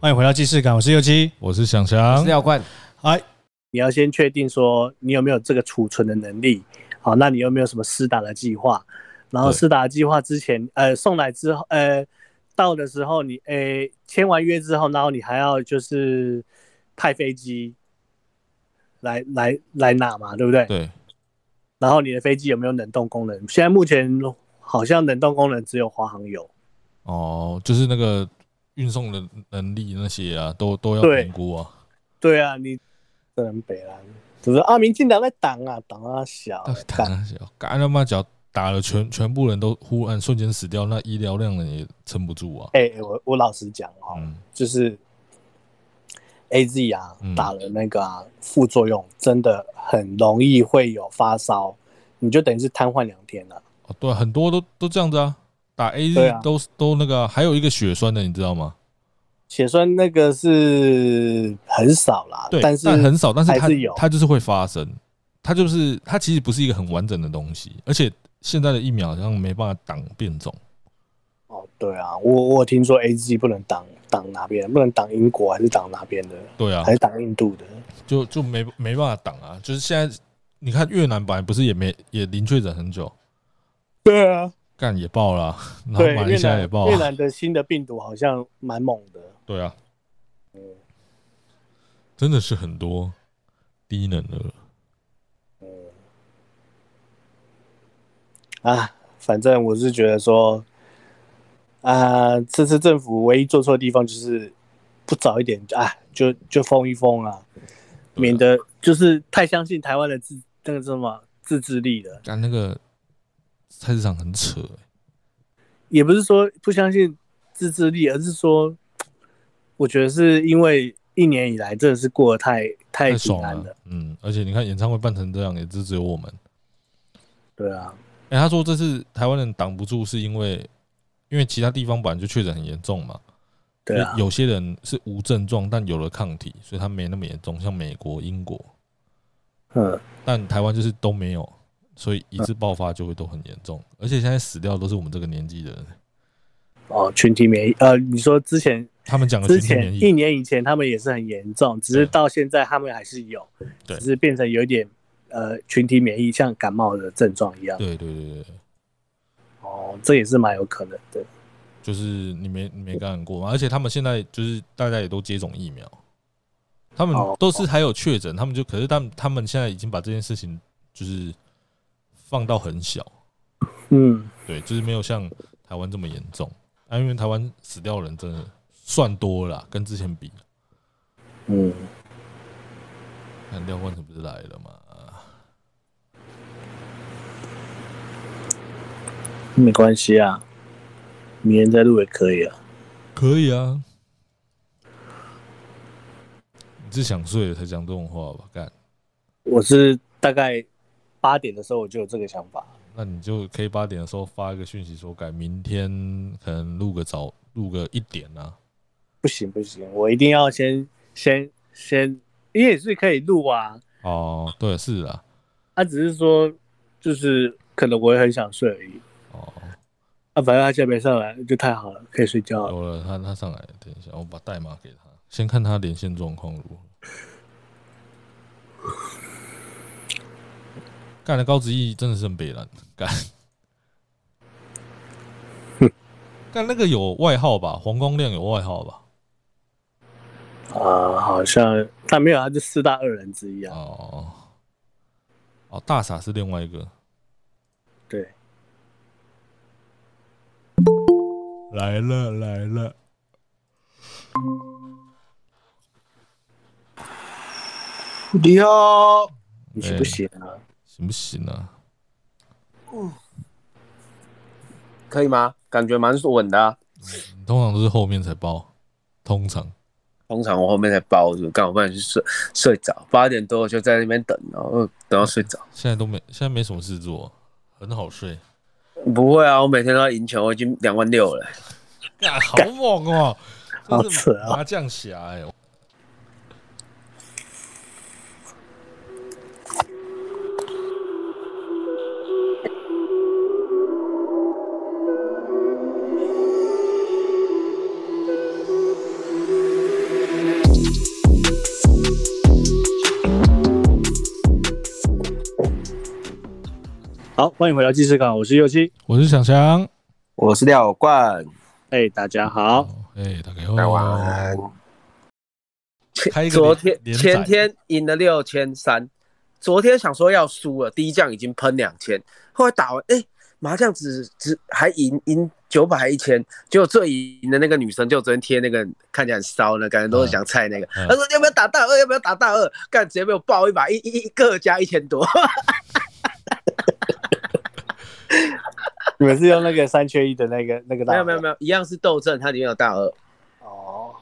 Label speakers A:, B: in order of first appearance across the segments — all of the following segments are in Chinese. A: 欢迎回到既视感，我是右七。
B: 我是想想
C: 资，料罐
A: 哎，
D: 你要先确定说你有没有这个储存的能力，好，那你有没有什么施打的计划？然后
B: 对
D: 施打的计划之前，呃，送来之后，呃，到的时候你，呃，签完约之后，然后你还要就是派飞机来来来拿嘛，对不对？
B: 对，
D: 然后你的飞机有没有冷冻功能？现在目前好像冷冻功能只有华航有，
B: 哦，就是那个运送的能力那些啊，都都要
D: 对
B: 评估啊。
D: 对啊，你这人北兰，就是啊，民进党在挡啊，挡啊小
B: 到
D: 啊
B: 底，打哦
D: 挡
B: 那些，干他妈脚打了全全部人都忽然瞬间死掉，那医疗量也撑不住啊。
D: 哎、我我老实讲哦哈、
B: 嗯，
D: 就是 A Z 啊
B: 嗯，
D: 打了那个啊、副作用真的很容易会有发烧，你就等于是瘫痪两天了。
B: 哦，对啊，很多都都这样子啊，打 A
D: 对啊
B: Z 都都那个啊，还有一个血栓的，你知道吗？
D: 血栓那个是很少啦，
B: 对，
D: 但是
B: 很少，但是
D: 还
B: 它
D: 是有
B: 它就是会发生，它就是它其实不是一个很完整的东西，而且现在的疫苗好像没办法挡变种。
D: 哦，对啊，我我有听说 A Z 不能挡挡哪边，不能挡英国还是挡哪边的，
B: 对啊
D: 还，是挡印度的。
B: 就就没没办法挡啊！就是现在，你看越南本来不是也没也零确诊很久，
D: 对啊，
B: 干也爆了啊、然后
D: 对
B: 马来
D: 越
B: 西亚
D: 南
B: 也爆
D: 越
B: 啊，
D: 南的新的病毒好像蛮猛的。
B: 对啊，真的是很多低能儿。
D: 啊，反正我是觉得说，啊，这次政府唯一做错的地方就是不早一点啊，就就封一封啊，免得就是太相信台湾的自那个叫什么自制力了。
B: 干那个菜市场很扯、欸，
D: 也不是说不相信自制力，而是说，我觉得是因为一年以来真的是过得太太
B: 太
D: 平
B: 爽
D: 安
B: 了
D: 了，。
B: 嗯，而且你看演唱会办成这样，也就只有我们。
D: 对啊，
B: 哎、他说这次台湾人挡不住，是因为因为其他地方本来就确诊很严重嘛，
D: 对啊
B: 所以，有些人是无症状，但有了抗体，所以他没那么严重。像美国、英国，
D: 嗯，
B: 但台湾就是都没有，所以一次爆发就会都很严重。而且现在死掉都是我们这个年纪的人，
D: 哦，群体免疫，呃，你说之前
B: 他们讲的
D: 之
B: 群体免
D: 前一
B: 疫，
D: 年以前他们也是很严重，只是到现在他们还是有，
B: 对
D: 只是变成有一点呃群体免疫，像感冒的症状一样。
B: 对对对对，对
D: 哦，这也是蛮有可能的。
B: 就是你没你没感染过嘛。而且他们现在就是大家也都接种疫苗，他们
D: 哦
B: 都是还有确诊，他们就可是他们他们现在已经把这件事情就是放到很小，
D: 嗯，
B: 对，就是没有像台湾这么严重。啊，因为台湾死掉的人真的算多了啦，跟之前比，
D: 嗯，
B: 看廖冠成不是来了嘛？
D: 没关系啊，明天再录也可以啊。
B: 可以啊。你是想睡了才讲这种话吧？干，
D: 我是大概八点的时候我就有这个想法。
B: 那你就可以八点的时候发一个讯息说，改明天可能录个早，录个一点啊。
D: 不行不行，我一定要先先先，因为也是可以录啊，
B: 哦，对，是啊，
D: 他、只是说就是可能我也很想睡而已。
B: 哦，
D: 啊，反正他现在没上来就太好了，可以睡觉了。
B: 有了，他他上来了，等一下，我把代码给他，先看他连线状况如何。干了高子毅真的是很北蓝，干，干那个有外号吧？黄光亮有外号吧？
D: 啊，好像他没有，他是四大恶人之一啊。
B: 哦，哦，大傻是另外一个。
D: 对，
B: 来了来了，
C: 你好，
D: 你行不行啊？
B: 行不行啊？
C: 可以吗？感觉蛮稳的、啊。
B: 你通常都是后面才报，通常
C: 通常我后面才包住，干我不然去睡睡着，八点多我就在那边等，然后等到睡着。
B: 现在都没，现在没什么事做，很好睡。
C: 不会啊，我每天都要赢球，我已经两万六了。
B: 干，好猛哦、
D: 好
B: 真是
D: 扯啊
B: 麻将侠哎、
D: 好，欢迎回到记事港，我是右七。
B: 我是想想，
E: 我是廖冠，
D: 哎、大 家好，
B: 哎，大概
E: 大家晚安。
B: 开一个
A: 昨
B: 连
A: 天
B: 连载
A: 前天赢了六千三，昨天想说要输了，第一将已经喷两千，后来打完哎、麻将只只还赢赢九百还一千，结果最赢的那个女生就昨天贴那个看起来很骚的，感觉都是想菜那个，
B: 嗯嗯
A: 她说要不要打大二，要不要打大二，干直接被我爆一把，一一一个加一千多，
D: 你们是用那个三缺一的那个那个大
A: 没有没有没有，一样是斗阵，它里面有大二，
D: 有哦，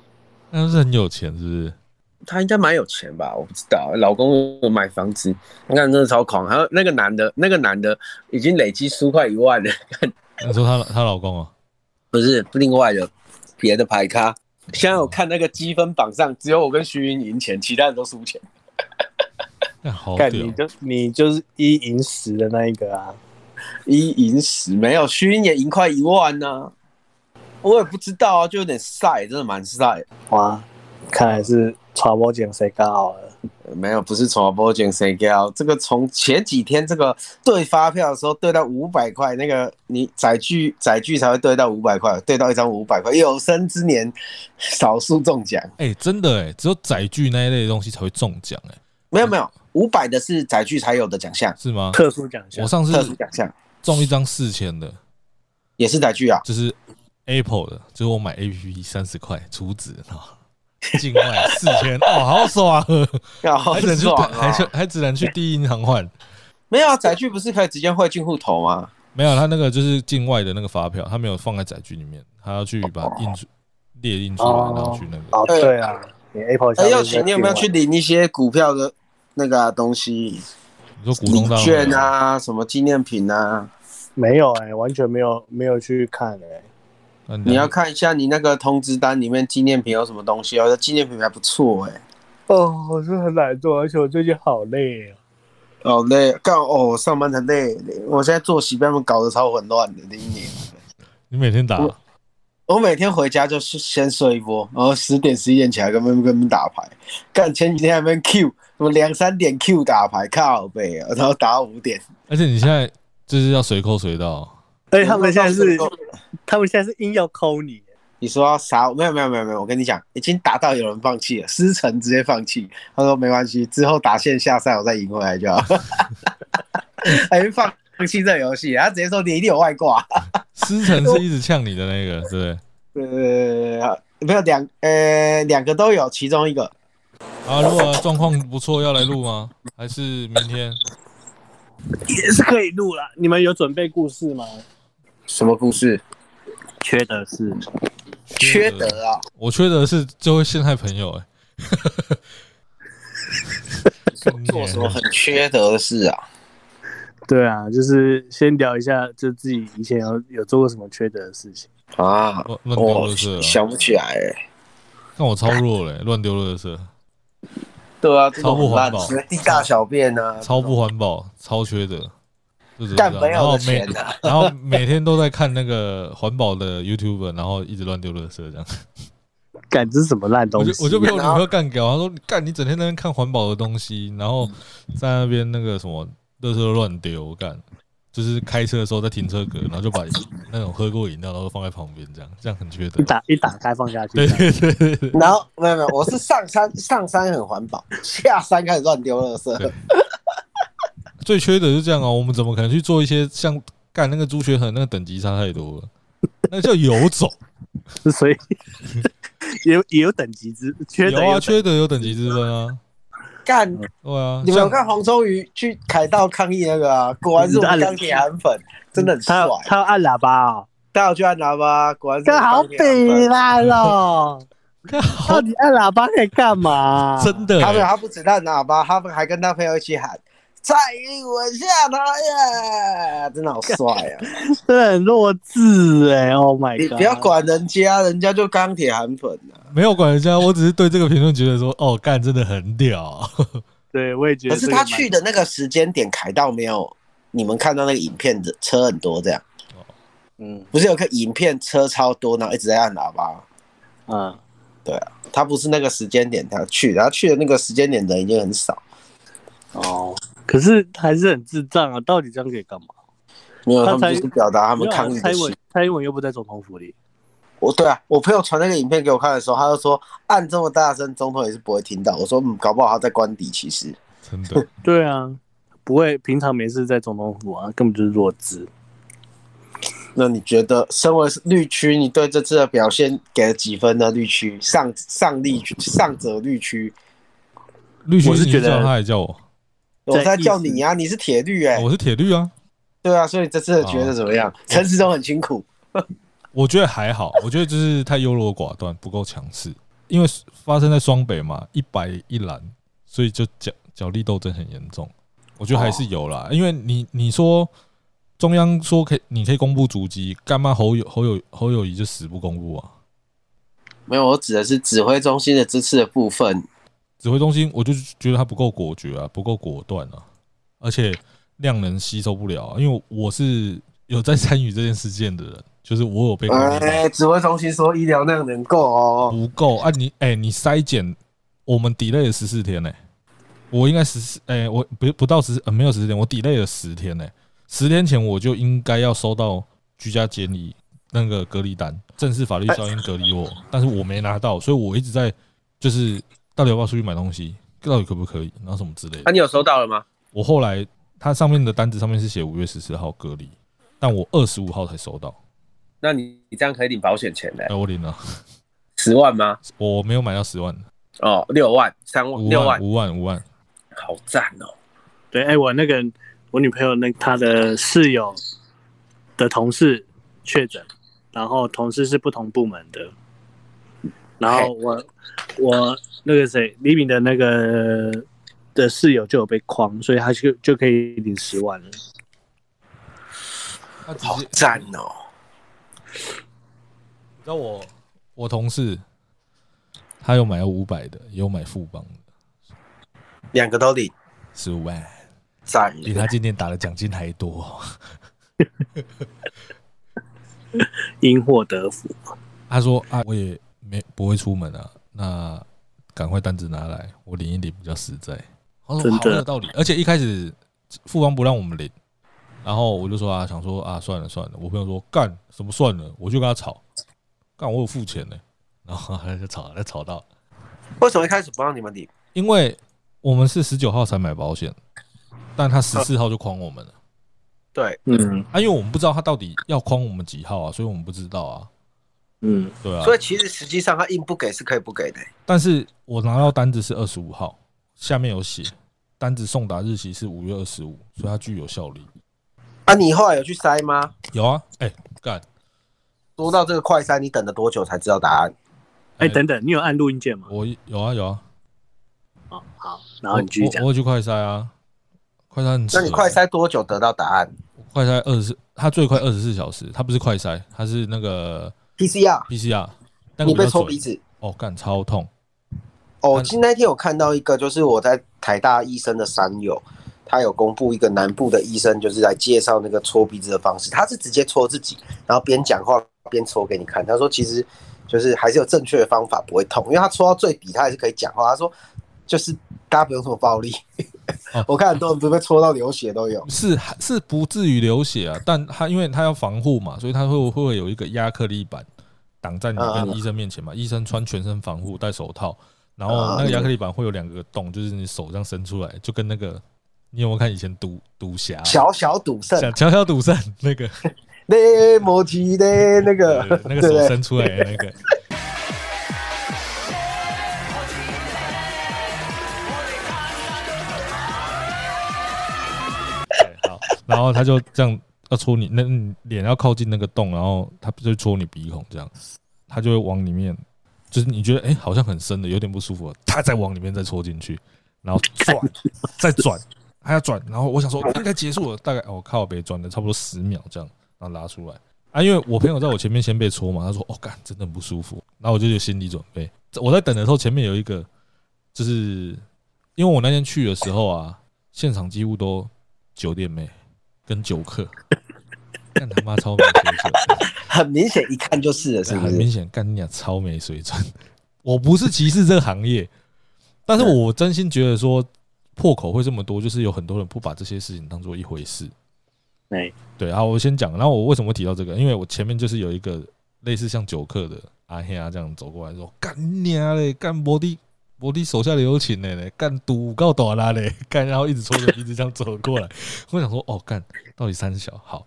B: 那是很有钱，是不是？
A: 她应该蛮有钱吧，我不知道，老公有买房子，你看真的超狂，还有那个男的，那个男的已经累积输快一万了。
B: 你说她她老公哦，
A: 不是另外的别的牌咖。现在我看那个积分榜上，只有我跟徐云赢钱，其他人都输钱。
B: 那好
D: 看
B: 屌
D: 你，就你就是一赢十的那一个啊，
A: 一赢十没有，徐云也赢快一万呢、我也不知道啊，就有点晒，真的蛮晒。
D: 哇，看来是传播奖谁刚好了。
A: 没有，不是从波卷谁掉，这个从前几天这个兑发票的时候兑到五百块，那个你载具载具才会兑到五百块，兑到一张五百块，有生之年少数中奖。
B: 哎、真的哎、只有载具那一类的东西才会中奖哎、
A: 没有没有，五百的是载具才有的奖项，
B: 是吗？
D: 特殊奖项
B: 我，上次
A: 特殊奖项
B: 中一张四千的，
A: 也是载具啊。
B: 就是 Apple 的，就是我买 APP 三十块储值啊，境外四千哦，好 爽哦，
A: 要
B: 还只能去
A: 爽
B: 还去
A: 啊！
B: 还只能去第一银行换，
A: 没有啊，载具不是可以直接汇进户头吗？
B: 没有他那个就是境外的那个发票，他没有放在载具里面，他要去把
A: 哦
B: 印出列印出来，
D: 哦
B: 然后去那个。
D: 哦，对啊，你 Apple
A: 哎，
D: 消
A: 又
D: 费
A: 请你有没有去领一些股票的那个啊东西，
B: 你说股
A: 礼
B: 东大会
A: 券？啊，什么纪念品啊？
D: 没有哎、完全没有没有去看哎、
B: 那
A: 你要看一下你那个通知单里面纪念品有什么东西哦，这纪念品还不错哎。
D: 哦，我是很懒惰，而且我最近好累哦。
A: 好累，干哦，我上班才累，我现在作息被他们搞得超混乱的。这一年，
B: 你每天打啊
A: 我我每天回家就是先睡一波，然后十点十一点起来跟他们跟他们打牌。干前几天还没 Q，什么两三点 Q 打牌，靠背啊，然后打到五点。
B: 而且你现在就是要随扣随到，啊
D: 而哎且他们现在是，他们现在是硬要抠你、
A: 你说要杀我？没有没有没有没有，我跟你讲，已经打到有人放弃了，思成直接放弃。他说没关系，之后打线下赛我再赢回来就好。还没放弃这个游戏，他直接说你一定有外挂。
B: 思成是一直呛你的那个，对不对？
A: 呃，没有两呃两个都有，其中一个
B: 啊，如果状况不错，要来录吗？还是明天？
D: 也是可以录啦。你们有准备故事吗？
A: 什么故事？
D: 缺的是，
A: 缺德啊！
B: 我缺德是就会陷害朋友、欸，哎，
A: 做什么很缺德的事啊？
D: 对啊，就是先聊一下，就自己以前有有做过什么缺德的事情。
A: 啊，
B: 乱乱丢
A: 我
B: 垃圾、啊？
A: 想不起来、欸。
B: 看我超弱嘞、乱丢垃圾，
A: 对啊，这
B: 超
A: 种
B: 不
A: 很
B: 环
A: 烂
B: 保，
A: 随地大小便啊，
B: 超不环保，超缺德，就知道
A: 干没
B: 然
A: 有
B: 后每
A: 的钱啊。
B: 然后每天都在看那个环保的 YouTube，然后一直乱丢垃圾这样。
D: 感知什么烂
B: 我
D: 东
B: 就
D: 西？啊
B: 我就被我女
A: 然后
B: 朋友干掉，她说你干你整天在那边看环保的东西，然后在那边那个什么垃圾都乱丢，干就是开车的时候在停车格，然后就把那种喝过饮料然后放在旁边这样，这样很缺德
D: 一。打一打开放下去。
B: 对对对对对
A: 然后没有没有，我是上山 上山很环保，下山开始乱丢垃圾
B: 对。最缺德是这样哦，我们怎么可能去做一些像干那个朱学恒那个等级差太多了，那叫游走。
D: 所以也有也有等级之
B: 有
D: 缺德
B: 啊，
D: 有等
B: 缺德有等级之分啊，
A: 干，
B: 对啊。
A: 你们有
B: 像
A: 看黄忠瑜去凯道抗议那个啊？果然是我们钢铁韩粉，真的很帅
D: 嗯他。要他要按喇叭哦，
A: 大家去按喇叭，果然是我
D: 这
A: 们
D: 好啊
A: 钢
D: 比
A: 铁韩粉。
D: 烂哦！
B: 看好
D: 到底按喇叭可以干嘛、
B: 真的
A: 他们
B: 欸，
A: 他不止按喇叭，他们还跟他朋友一起喊“蔡英文下台呀”，真的好帅啊！
D: 真的很弱智哎、o h my
A: 你
D: god！
A: 不要管人家，人家就钢铁韩粉啊。
B: 没有管人家，我只是对这个评论觉得说，哦，干真的很屌。
D: 对，我也觉得
A: 可
D: 这
A: 是
D: 个
A: 他
D: 蛮。
A: 去的那个时间点，凯道没有你们看到那个影片的车很多这样。
D: 嗯
A: 不是有个影片车超多，然后一直在按喇叭。
D: 嗯，
A: 他不是那个时间点他去，然后去的那个时间点人已经很少。
D: 哦，可是还是很智障啊！到底这样可以干嘛？
A: 没有，
D: 他
A: 他们
D: 才
A: 就是表达他
D: 没
A: 们
D: 有啊
A: 抗议
D: 蔡
A: 的
D: 英
A: 心
D: 文。，蔡英文又不在总统府里，
A: 我对啊，我朋友传那个影片给我看的时候，他就说按这么大声，总统也是不会听到。我说嗯，搞不好他在官邸，其实
B: 真的
D: 对啊，不会平常没事在总统府啊，根本就是弱智。
A: 那你觉得，身为绿区，你对这次的表现给了几分呢？绿区上上绿区上者绿区，
B: 绿
D: 我
B: 军
D: 是
B: 你
D: 觉
B: 叫
D: 得
B: 他还叫我，
A: 我在
D: 在意
A: 叫
D: 思
A: 你啊，你是铁绿哎、
B: 我哦是铁绿啊，
A: 对啊，所以这次的觉得怎么样？陈时中很辛苦，
B: 我觉得还好，我觉得就是太优柔寡断，不够强势。因为发生在双北嘛，一白一蓝，所以就角角力斗争很严重。我觉得还是有
D: 哦
B: 啦，因为你你说中央说可以，你可以公布足迹，干嘛侯友侯友侯友谊就死不公布啊？
A: 没有，我指的是指挥中心的这次的部分。
B: 指挥中心我就觉得他不够果决啊，不够果断啊，而且量能吸收不了、啊。因为我是有在参与这件事件的人，就是我有被攻击到。
A: 哎、指挥中心说医疗量能够哦，
B: 不够啊你！哎、你筛检我们 delay 了十四天呢、我应该十四哎，我不不到十、呃、没有十四天，我 delay 了十天呢、十天前我就应该要收到居家监理那个隔离单，正式法律效应隔离我，但是我没拿到，所以我一直在就是到底要不要出去买东西，到底可不可以，然后什么之类
C: 啊，
A: 哎
B: 的。
C: 你有收到了吗？
B: 我后来它上面的单子上面是写五月十四号隔离，但我二十五号才收到，
C: 那你你这样可以领保险钱的、
B: 哎、我领了，
C: 十万吗？
B: 我没有买到十万，
C: 哦，六万、三万、
B: 五
C: 六
B: 万
C: 万，
B: 五万五万，
C: 好赞哦！
D: 对，哎、我那个我女朋友那她的室友的同事确诊，然后同事是不同部门的，然后我我那个谁李敏的那个的室友就有被框，所以他就就可以领十万了。
B: 那直
A: 好
B: 接
A: 赞哦！
B: 你知道我我同事，他有买五百的，也有买富邦的，
A: 两个都领，
B: 十五万，
A: 赞
B: 比他今天打的奖金还多。
D: 因祸得福，
B: 他说啊，我也没不会出门啊，那赶快单子拿来，我领一领比较实在。他说
D: 真的
B: 好有道理，而且一开始富邦不让我们领，然后我就说啊，想说啊，算了算了。我朋友说干什么算了，我就跟他吵，干我有付钱呢、然后他就吵，他吵到
A: 为什么一开始不让你们领？
B: 因为我们是十九号才买保险，但他十四号就诓我们了
A: 对，
D: 嗯
B: 啊，因为我们不知道他到底要诓我们几号啊，所以我们不知道啊，
D: 嗯，
B: 对啊。
A: 所以其实实际上他硬不给是可以不给的、欸
B: 但是我拿到单子是二十五号，下面有写单子送达日期是五月二十五，所以它具有效力。
A: 啊，你后来有去筛吗？
B: 有啊，哎、干，
A: 说到这个快筛，你等了多久才知道答案？
D: 哎、
B: 哎
D: 等等，你有按录音键吗？
B: 我有啊有啊，
D: 哦，好，然后你继续
B: 我
D: 讲
B: 我。我有去快筛啊，快筛很扯啊
A: 那你快筛多久得到答案
B: 快筛二十，它最快二十四小时，它不是快筛，它是那个
A: ？PCR，
B: PCR，那个
A: 你
B: 比较
A: 被抽
B: 准
A: 鼻子。
B: 哦，干超痛，
A: 哦，今那天有看到一个，就是我在台大医生的山友，他有公布一个南部的医生，就是来介绍那个搓鼻子的方式。他是直接搓自己，然后边讲话边搓给你看。他说其实就是还是有正确的方法，不会痛，因为他搓到最底，他还是可以讲话。他说就是大家不用这么 暴力
B: 哦。
A: 我看很多人不是被搓到流血 都有，
B: 是是不至于流血啊，但他因为他要防护嘛，所以他会会有一个亚克力板挡在你
A: 嗯
B: 跟医生面前嘛。医生穿全身防护，戴手套，然后
A: 嗯
B: 那个亚克力板会有两个洞，就是你手这样伸出来，就跟那个你有没有看以前赌赌侠
A: 小小赌圣，
B: 小小小赌圣那个
A: 那摩奇的那个
B: 对，那个
A: 对不
B: 手
A: 对？
B: 伸出来的那个。对好，然后他就这样要戳你，那你脸要靠近那个洞，然后他就戳你鼻孔，这样他就会往里面，就是你觉得哎、诶好像很深的，有点不舒服，他再往里面再戳进去，然后转再转，还要转，然后我想说应该结束了，大概我、哦、靠北转了差不多十秒这样，然后拉出来。啊，因为我朋友在我前面先被戳嘛，他说：“哦，干，真的很不舒服。”然后我就有心理准备。我在等的时候，前面有一个，就是因为我那天去的时候啊，现场几乎都酒店妹跟酒客，干他妈超没水准，
A: 很明显一看就是了， 是
B: 对
A: 不
B: 很
A: 是
B: 明？显，干你俩超没水准。我不是歧视这个行业，但是我真心觉得说破口会这么多，就是有很多人不把这些事情当做一回事。
D: 哎，
B: 对，好，我先讲。然后我为什么会提到这个？因为我前面就是有一个类似像酒客的阿黑啊这样走过来说：“干你啊嘞，干摩的摩的手下留情嘞嘞，干赌告倒啦嘞，干。”然后一直搓着鼻子这样走过来。我想说，哦，干，到底三小好。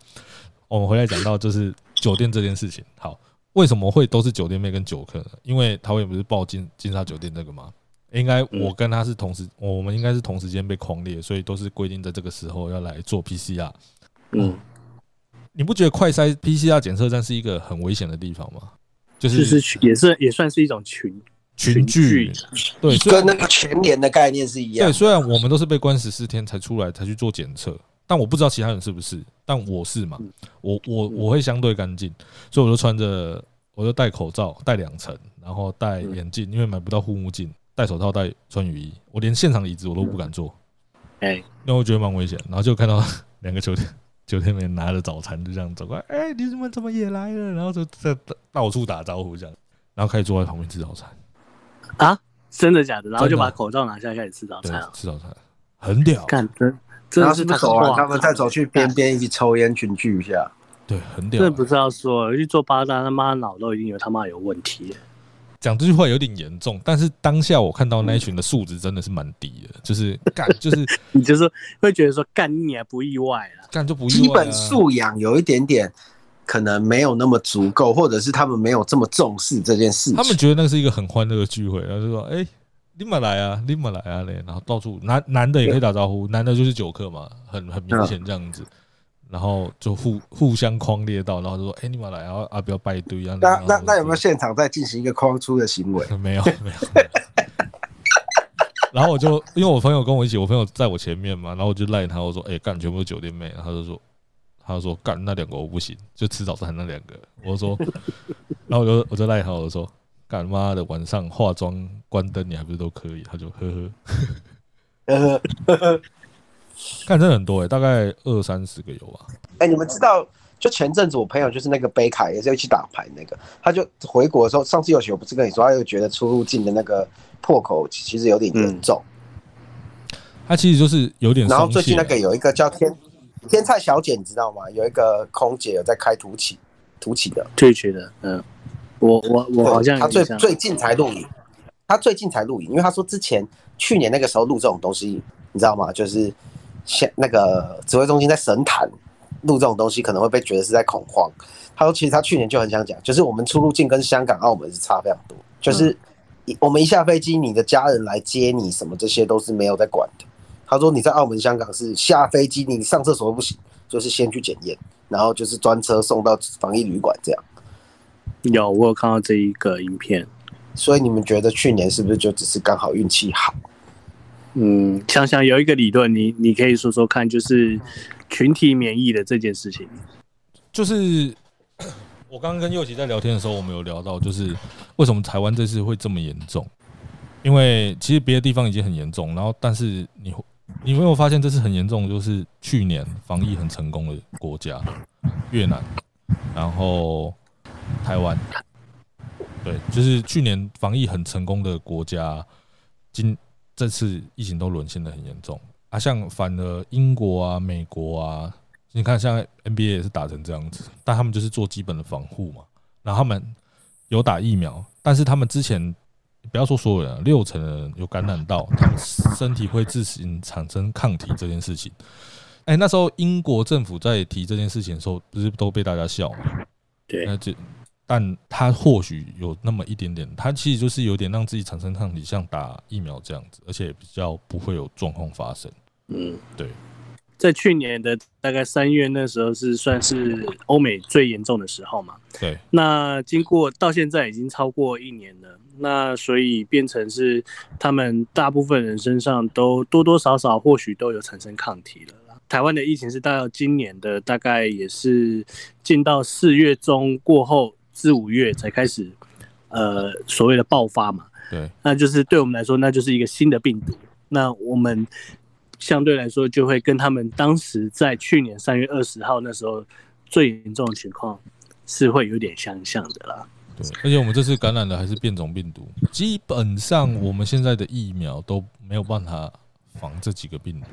B: 我们回来讲到就是酒店这件事情。好，为什么会都是酒店妹跟酒客呢？因为桃园不是报金金沙酒店那个吗？应该我跟他是同时，我们应该是同时间被狂猎，所以都是规定在这个时候要来做 PCR。
D: 嗯，
B: 你不觉得快筛 PCR 检测站是一个很危险的地方吗？就
D: 就是是也是也算是一种群
B: 群聚，对，虽
A: 跟
B: 然
A: 那个全联的概念是一样
B: 对，。虽然我们都是被关十四天才出来才去做检测，但我不知道其他人是不是，但我是嘛，我我我会相对干净，所以我就穿着，我就戴口罩，戴两层，然后戴眼镜，因为买不到护目镜，戴手套，戴穿雨衣，我连现场的椅子我都不敢坐，
D: 哎，
B: 因为我觉得蛮危险。然后就看到 两个酒店酒店员拿着早餐就这样走过来，哎、你怎么怎么也来了？然后就在 到处打招呼这样，然后开始坐在旁边吃早餐，
D: 真的假的？然后就
B: 真的
D: 把口罩拿下开始吃早
B: 对
D: 餐啊，，
B: 吃早餐很屌，
D: 干真真的
A: 然后
D: 是
A: 是
D: 不
A: 他
D: 是
A: 走完，
D: 哇
A: 他们再走去
B: 哎
A: 边边一起抽烟群聚一下。
B: 对，很屌
D: 真，的不是要说去做八大他妈脑都一定有他妈有问题，
B: 讲这句话有点严重，但是当下我看到
D: 嗯
B: 那一群的素质真的是蛮低的，就是干就是
D: 你就是会觉得说干你还不意外啦，
B: 干就不意外啊
A: 基本素养有一点点可能没有那么足够，或者是他们没有这么重视这件事情。
B: 他们觉得那是一个很欢乐的聚会，然后就说：“哎、你们来啊，你们来啊嘞！”然后到处男男的也可以打招呼，男的就是酒客嘛，很很明显这样子，然后就互互相框列到，然后就说：“哎、你们来啊，啊不要拜堆啊。
A: 那
B: 然后
A: 那那有没有
B: 就
A: 现场在进行一个框出的行为？
B: 没有没有。没有然后我就因为我朋友跟我一起，我朋友在我前面嘛，然后我就赖他，我说：“哎、干，全部都酒店妹。”然后他就说：“他就说干那两个我不行，就吃早餐那两个。”我说：“ 然后我就我就赖他，我就说：‘干妈的晚上化妆关灯，你还不是都可以？’他就呵呵，
A: 呃，
B: 干真的很多哎、大概二三十个有吧。
A: 哎、你们知道，就前阵子我朋友就是那个杯卡也是一起打牌那个，他就回国的时候，上次有雪我不是跟你说，他又觉得出入境的那个破口其实有点严重，
B: 他其实就是有点
A: 然后
B: 松
A: 最
B: 懈啊
A: 近那个有一个叫天天菜小姐，你知道吗？有一个空姐有在开土企土企的，
D: 就会觉得嗯，我我我好像
A: 他
D: 有
A: 最
D: 印象
A: 最近才录影，他最近才录影，因为他说之前去年那个时候录这种东西，你知道吗？就是像那个指挥中心在神坛录这种东西，可能会被觉得是在恐慌。他说其实他去年就很想讲，就是我们出入境跟香港、澳门是差非常多，就是
D: 嗯
A: 一、我们一下飞机，你的家人来接你，什么这些都是没有在管的。他说你在澳门、香港是下飞机你上厕所都不行，就是先去检验，然后就是专车送到防疫旅馆这样。
D: 有我有看到这一个影片，
A: 所以你们觉得去年是不是就只是刚好运气好？
D: 嗯，想想有一个理论，你你可以说说看，就是群体免疫的这件事情。
B: 就是 我刚刚跟佑琪在聊天的时候，我们有聊到，就是为什么台湾这次会这么严重？因为其实别的地方已经很严重，然后但是你会你有没有发现这次很严重？就是去年防疫很成功的国家，越南，然后台湾，对，就是去年防疫很成功的国家，今这次疫情都沦陷的很严重啊，像反而英国啊、美国啊，你看像 NBA 也是打成这样子，但他们就是做基本的防护嘛，然后他们有打疫苗，但是他们之前不要说所有人啊，六成的人有感染到，他们身体会自行产生抗体这件事情。哎、那时候英国政府在提这件事情的时候，不是都被大家笑吗？
D: 对
B: 那就，但他或许有那么一点点，他其实就是有点让自己产生抗体，像打疫苗这样子，而且比较不会有状况发生。
D: 嗯，
B: 对，
D: 在去年的大概三月那时候是算是欧美最严重的时候嘛。
B: 对，
D: 那经过到现在已经超过一年了，那所以变成是他们大部分人身上都多多少少或许都有产生抗体了啦。台湾的疫情是到今年的大概也是进到四月中过后至五月才开始，呃，所谓的爆发嘛。
B: 对，
D: 那就是对我们来说，那就是一个新的病毒。那我们相对来说就会跟他们当时在去年三月二十号那时候最严重的情况是会有点相像的啦。
B: 对，而且我们这次感染的还是变种病毒，基本
D: 嗯
B: 上我们现在的疫苗都没有办法防这几个病毒。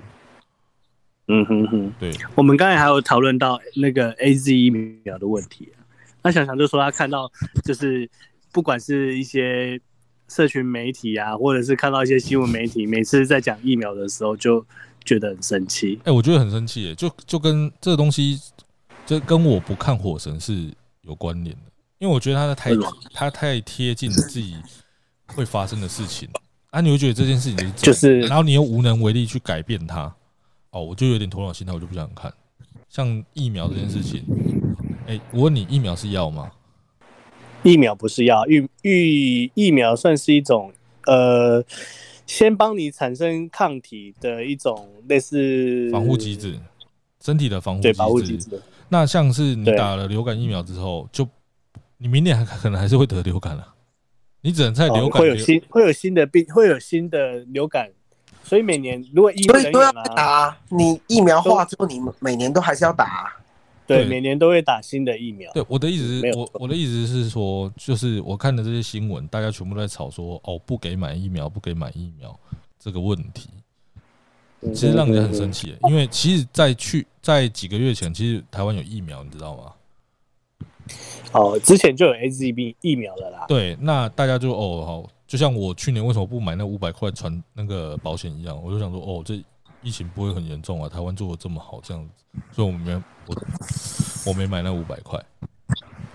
D: 嗯哼哼，
B: 对，
D: 我们刚才还有讨论到那个 A Z 疫苗的问题、啊，那想想就说他看到就是不管是一些社群媒体啊，或者是看到一些新闻媒体，每次在讲疫苗的时候就觉得很生气。
B: 哎、我觉得很生气耶，就就跟这个东西，这跟我不看火神是有关联的，因为我觉得他的太
D: 为什么
B: 他太贴近自己会发生的事情，啊，你会觉得这件事情就是这
D: 就
B: 样
D: 是
B: 然后你又无能为力去改变它，哦，我就有点头脑心态，我就不想看。像疫苗这件事情，哎、我问你，疫苗是药吗？
D: 疫苗不是药，疫疫疫苗算是一种呃，先帮你产生抗体的一种类似
B: 防护机，制，身体的防护
D: 对保护
B: 机
D: 机
B: 制。
D: 制。哦
B: 那像是你
D: 对
B: 打了流感疫苗之后，就你明年还可能还是会得流感了、啊你只能在流
D: 哦，
B: 感
D: 会有
B: 流
D: 新会有新的病，会有新的流感，所以每年如果医
A: 所
D: 疗
A: 以
D: 人
A: 都要
D: 员
A: 被打
D: 啊，
A: 啊。你疫苗化之后，你每年都还是要打啊。
D: 对，
B: 对
D: 每年都会打新的疫苗。
B: 对，我的意思
D: 没
B: 是，
D: 有
B: 我
D: 错
B: 我的意思是说，就是我看的这些新闻，大家全部都在吵说，哦，不给买疫苗，不给买疫苗这个问题，
D: 嗯
B: 其实让人很生。气耶。因为其实，在去在几个月前，其实台湾有疫苗，你知道吗？
D: 哦，之前就有 A Z B 疫苗了啦。
B: 对，那大家就哦好，就像我去年为什么不买那五百块传那个保险一样，我就想说，哦，这疫情不会很严重啊，台湾做的这么好，这样子，所以我没我我没买那五百块。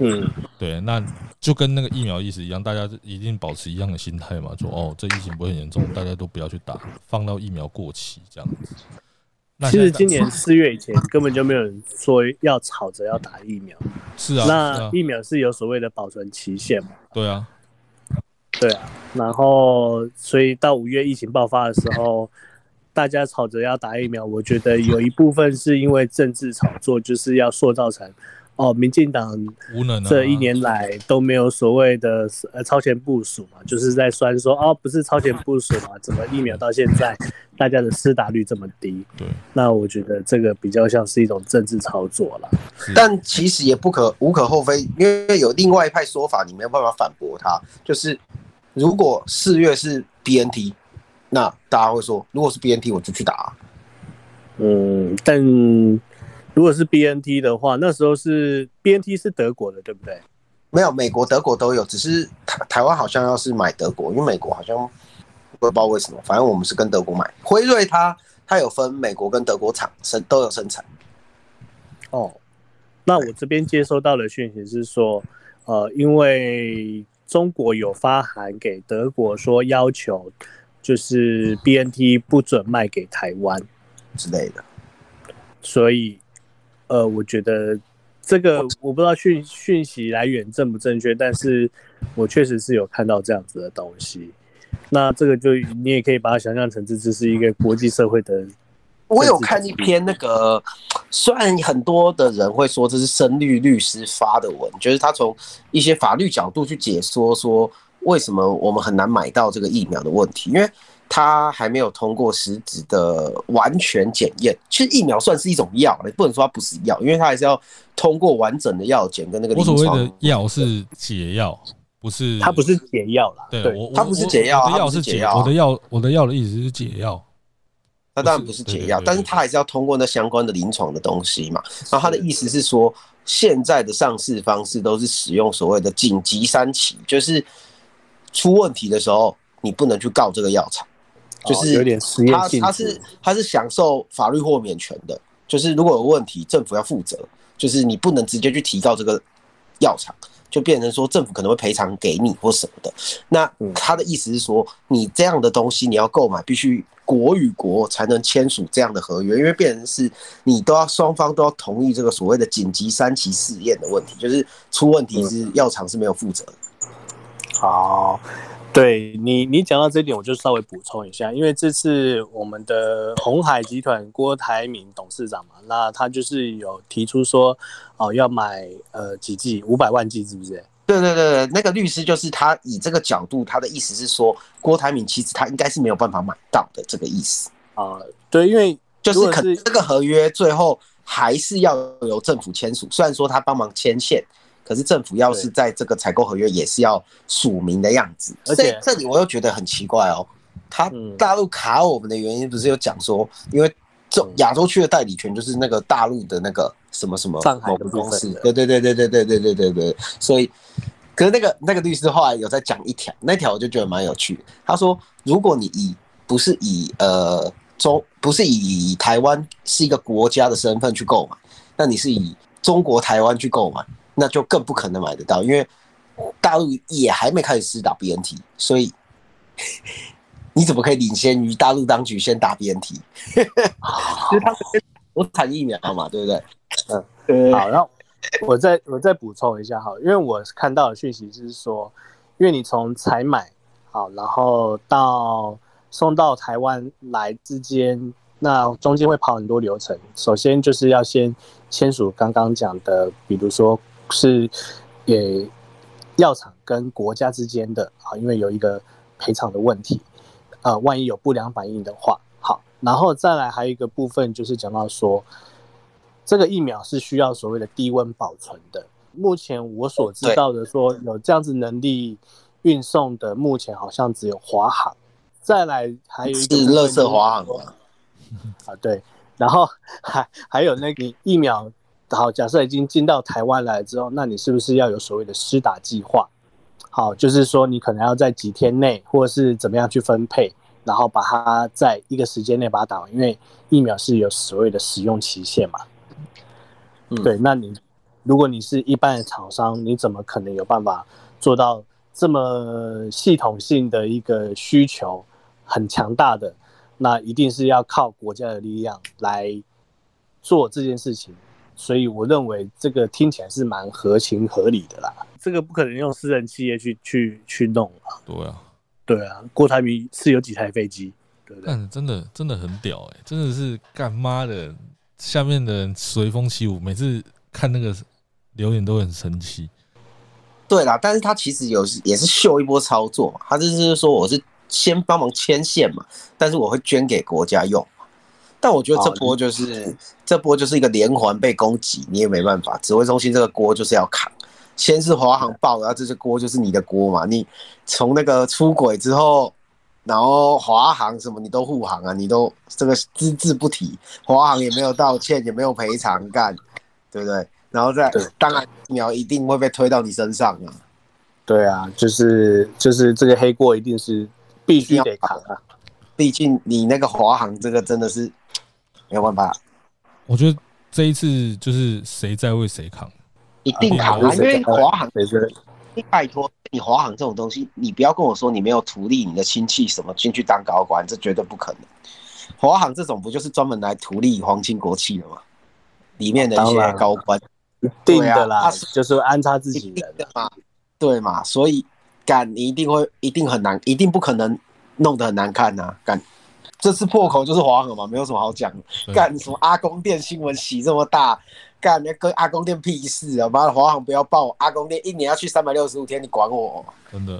D: 嗯，
B: 对，那就跟那个疫苗意思一样，大家一定保持一样的心态嘛，说哦，这疫情不会很严重，大家都不要去打，放到疫苗过期这样子。那
D: 其
B: 现
D: 实
B: 在
D: 今年四月以前根本就没有人说要吵着要打疫苗。
B: 是啊，是
D: 那
B: 啊，
D: 疫苗是有所谓的保存期限嘛？
B: 对啊，
D: 对啊，然后所以到五月疫情爆发的时候，大家吵着要打疫苗，我觉得有一部分是因为政治炒作，就是要塑造成哦，民进党
B: 无能啊。
D: 这一年来都没有所谓的呃超前部署嘛，就是在酸说哦，不是超前部署嘛，怎么疫苗到现在大家的施打率这么低？
B: 对，
D: 那我觉得这个比较像是一种政治操作啦。
A: 但其实也不可无可厚非，因为有另外一派说法，你没有办法反驳他。就是如果四月是 BNT，那大家会说，如果是 BNT，我就去打啊、
D: 嗯，但如果是 BNT 的话，那时候是 BNT 是德国的，对不对？
A: 没有，美国、德国都有，只是台台湾好像要是买德国，因为美国好像我也不知道为什么，反正我们是跟德国买。辉瑞它它有分美国跟德国厂生都有生产，
D: 哦，那我这边接收到的讯息是说，呃，因为中国有发函给德国说要求，就是 BNT 不准卖给台湾，
A: 之类的。
D: 所以，呃，我觉得这个我不知道讯讯息来源正不正确，但是我确实是有看到这样子的东西。那这个就你也可以把它想象成这只是一个国际社会的
A: 我有看一篇那个，虽然很多的人会说这是深律律师发的文，就是他从一些法律角度去解说说为什么我们很难买到这个疫苗的问题，因为它还没有通过实质的完全检验。其实疫苗算是一种药，你不能说它不是药，因为它还是要通过完整的药检跟那个
B: 我
A: 临
B: 所
A: 床。
B: 谓的药是解药，不是
D: 它不是解药啦，
B: 对
D: 对
B: 我，我
A: 它不是
B: 我
A: 解药
B: 我的
A: 它
B: 药
A: 不是
B: 是
A: 解
B: 解
A: 药
B: 我的药，我的药的意思是解药。
A: 它当然不是解药
B: 不是对对对，
A: 但是它还是要通过那相关的临床的东西嘛。然后它的意思是说，现在的上市方式都是使用所谓的紧急三期，就是出问题的时候，你不能去告这个药厂，
D: 哦
A: 就是
D: 有点实验
A: 它
D: 性质
A: 它是它是享受法律豁免权的，就是如果有问题，政府要负责，就是你不能直接去提告这个药厂，就变成说政府可能会赔偿给你或什么的。那
D: 嗯
A: 他的意思是说，你这样的东西你要购买，必须国与国才能签署这样的合约，因为变成是你都要双方都要同意这个所谓的紧急三期试验的问题，就是出问
D: 嗯
A: 题是药厂是没有负责的。
D: 好，对你你讲到这一点，我就稍微补充一下，因为这次我们的红海集团郭台铭董事长嘛，那他就是有提出说，哦、要买呃几剂五百万剂，是不是？
A: 对对对对，那个律师就是他以这个角度，他的意思是说，郭台铭其实他应该是没有办法买到的这个意思，
D: 啊、对，因为
A: 就是
D: 如果
A: 可能
D: 是
A: 这个合约最后还是要由政府签署，虽然说他帮忙牵线。可是政府要是
D: 对
A: 在这个采购合约也是要署名的样子，
D: 而且
A: 这这里我又觉得很奇怪哦。他
D: 嗯
A: 大陆卡我们的原因不是有讲说，因为
D: 嗯
A: 中亚洲区的代理权就是那个大陆的那个什么什么
D: 上海
A: 某
D: 的
A: 个公司
D: 部分的，
A: 对对对对对对对对对对，所以。可是那个那个律师后来有在讲一条，那条我就觉得蛮有趣的。他说，如果你以不是以呃中不是以台湾是一个国家的身份去购买，那你是以中国台湾去购买，那就更不可能买得到，因为大陆也还没开始试打 BNT，所以你怎么可以领先于大陆当局先打 BNT？就是他们先国产疫苗嘛，对不对？
D: 对，好，然后我再我再补充一下，好，因为我看到的讯息是说，因为你从采买好，然后到送到台湾来之间，那中间会跑很多流程。首先就是要先签署刚刚讲的，比如说是也药厂跟国家之间的啊，因为有一个赔偿的问题，呃，万一有不良反应的话，好，然后再来还有一个部分就是讲到说，这个疫苗是需要所谓的低温保存的。目前我所知道的说有这样子能力运送的，目前好像只有华航。再来还有一个
A: 是
D: 部分
A: 乐
D: 就是
A: 色华航嘛？
D: 啊，对，然后还还有那个疫苗，好，假设已经进到台湾来之后，那你是不是要有所谓的施打计划？好，就是说你可能要在几天内，或是怎么样去分配，然后把它在一个时间内把它打完，因为疫苗是有所谓的使用期限嘛。
A: 嗯
D: 对，那你如果你是一般的厂商，你怎么可能有办法做到这么系统性的一个需求很强大的？那一定是要靠国家的力量来做这件事情。所以我认为这个听起来是蛮合情合理的啦。这个不可能用私人企业去去去弄啊。
B: 对啊，
D: 对啊，郭台铭是有几台飞机，对不对？
B: 但真的真的很屌哎、真的是干妈的，下面的人随风起舞，每次看那个留言都很生气。
A: 对啦，但是他其实有也是秀一波操作嘛，他就是说我是先帮忙牵线嘛，但是我会捐给国家用嘛。但我觉得这波就是这波就是一个连环被攻击，你也没办法，指挥中心这个锅就是要扛。先是华航爆，然后这些锅就是你的锅嘛。你从那个出轨之后，然后华航什么你都护航啊，你都这个只字不提，华航也没有道歉，也没有赔偿干，对不对？然后再
D: 对
A: 当然疫苗一定会被推到你身上啊。
D: 对啊，就是就是这个黑锅一定是必须得扛啊。
A: 毕竟你那个华航这个真的是没有办法，
B: 我觉得这一次就是谁在为谁扛，
A: 一定扛啊！
D: 对
A: 因为华航，
D: 谁是
A: 你拜托你华航这种东西，你不要跟我说你没有图利你的亲戚什么进去当高官，这绝对不可能。华航这种不就是专门来图利皇亲国戚的吗？里面的一
D: 当
A: 些
D: 然
A: 高官，
D: 一定的
A: 对啊
D: 啦
A: 他是，
D: 就是安插自
A: 一
D: 己人
A: 定
D: 啊
A: 的嘛，对嘛？所以干你一定会，一定很难，一定不可能弄得很难看呐、干。这次破口就是华航嘛，没有什么好讲的。
B: 对
A: 干什么阿公店新闻洗这么大，干那跟阿公店屁事啊！妈的，华航不要报阿公店，一年要去三百六十五天，你管我？
B: 真的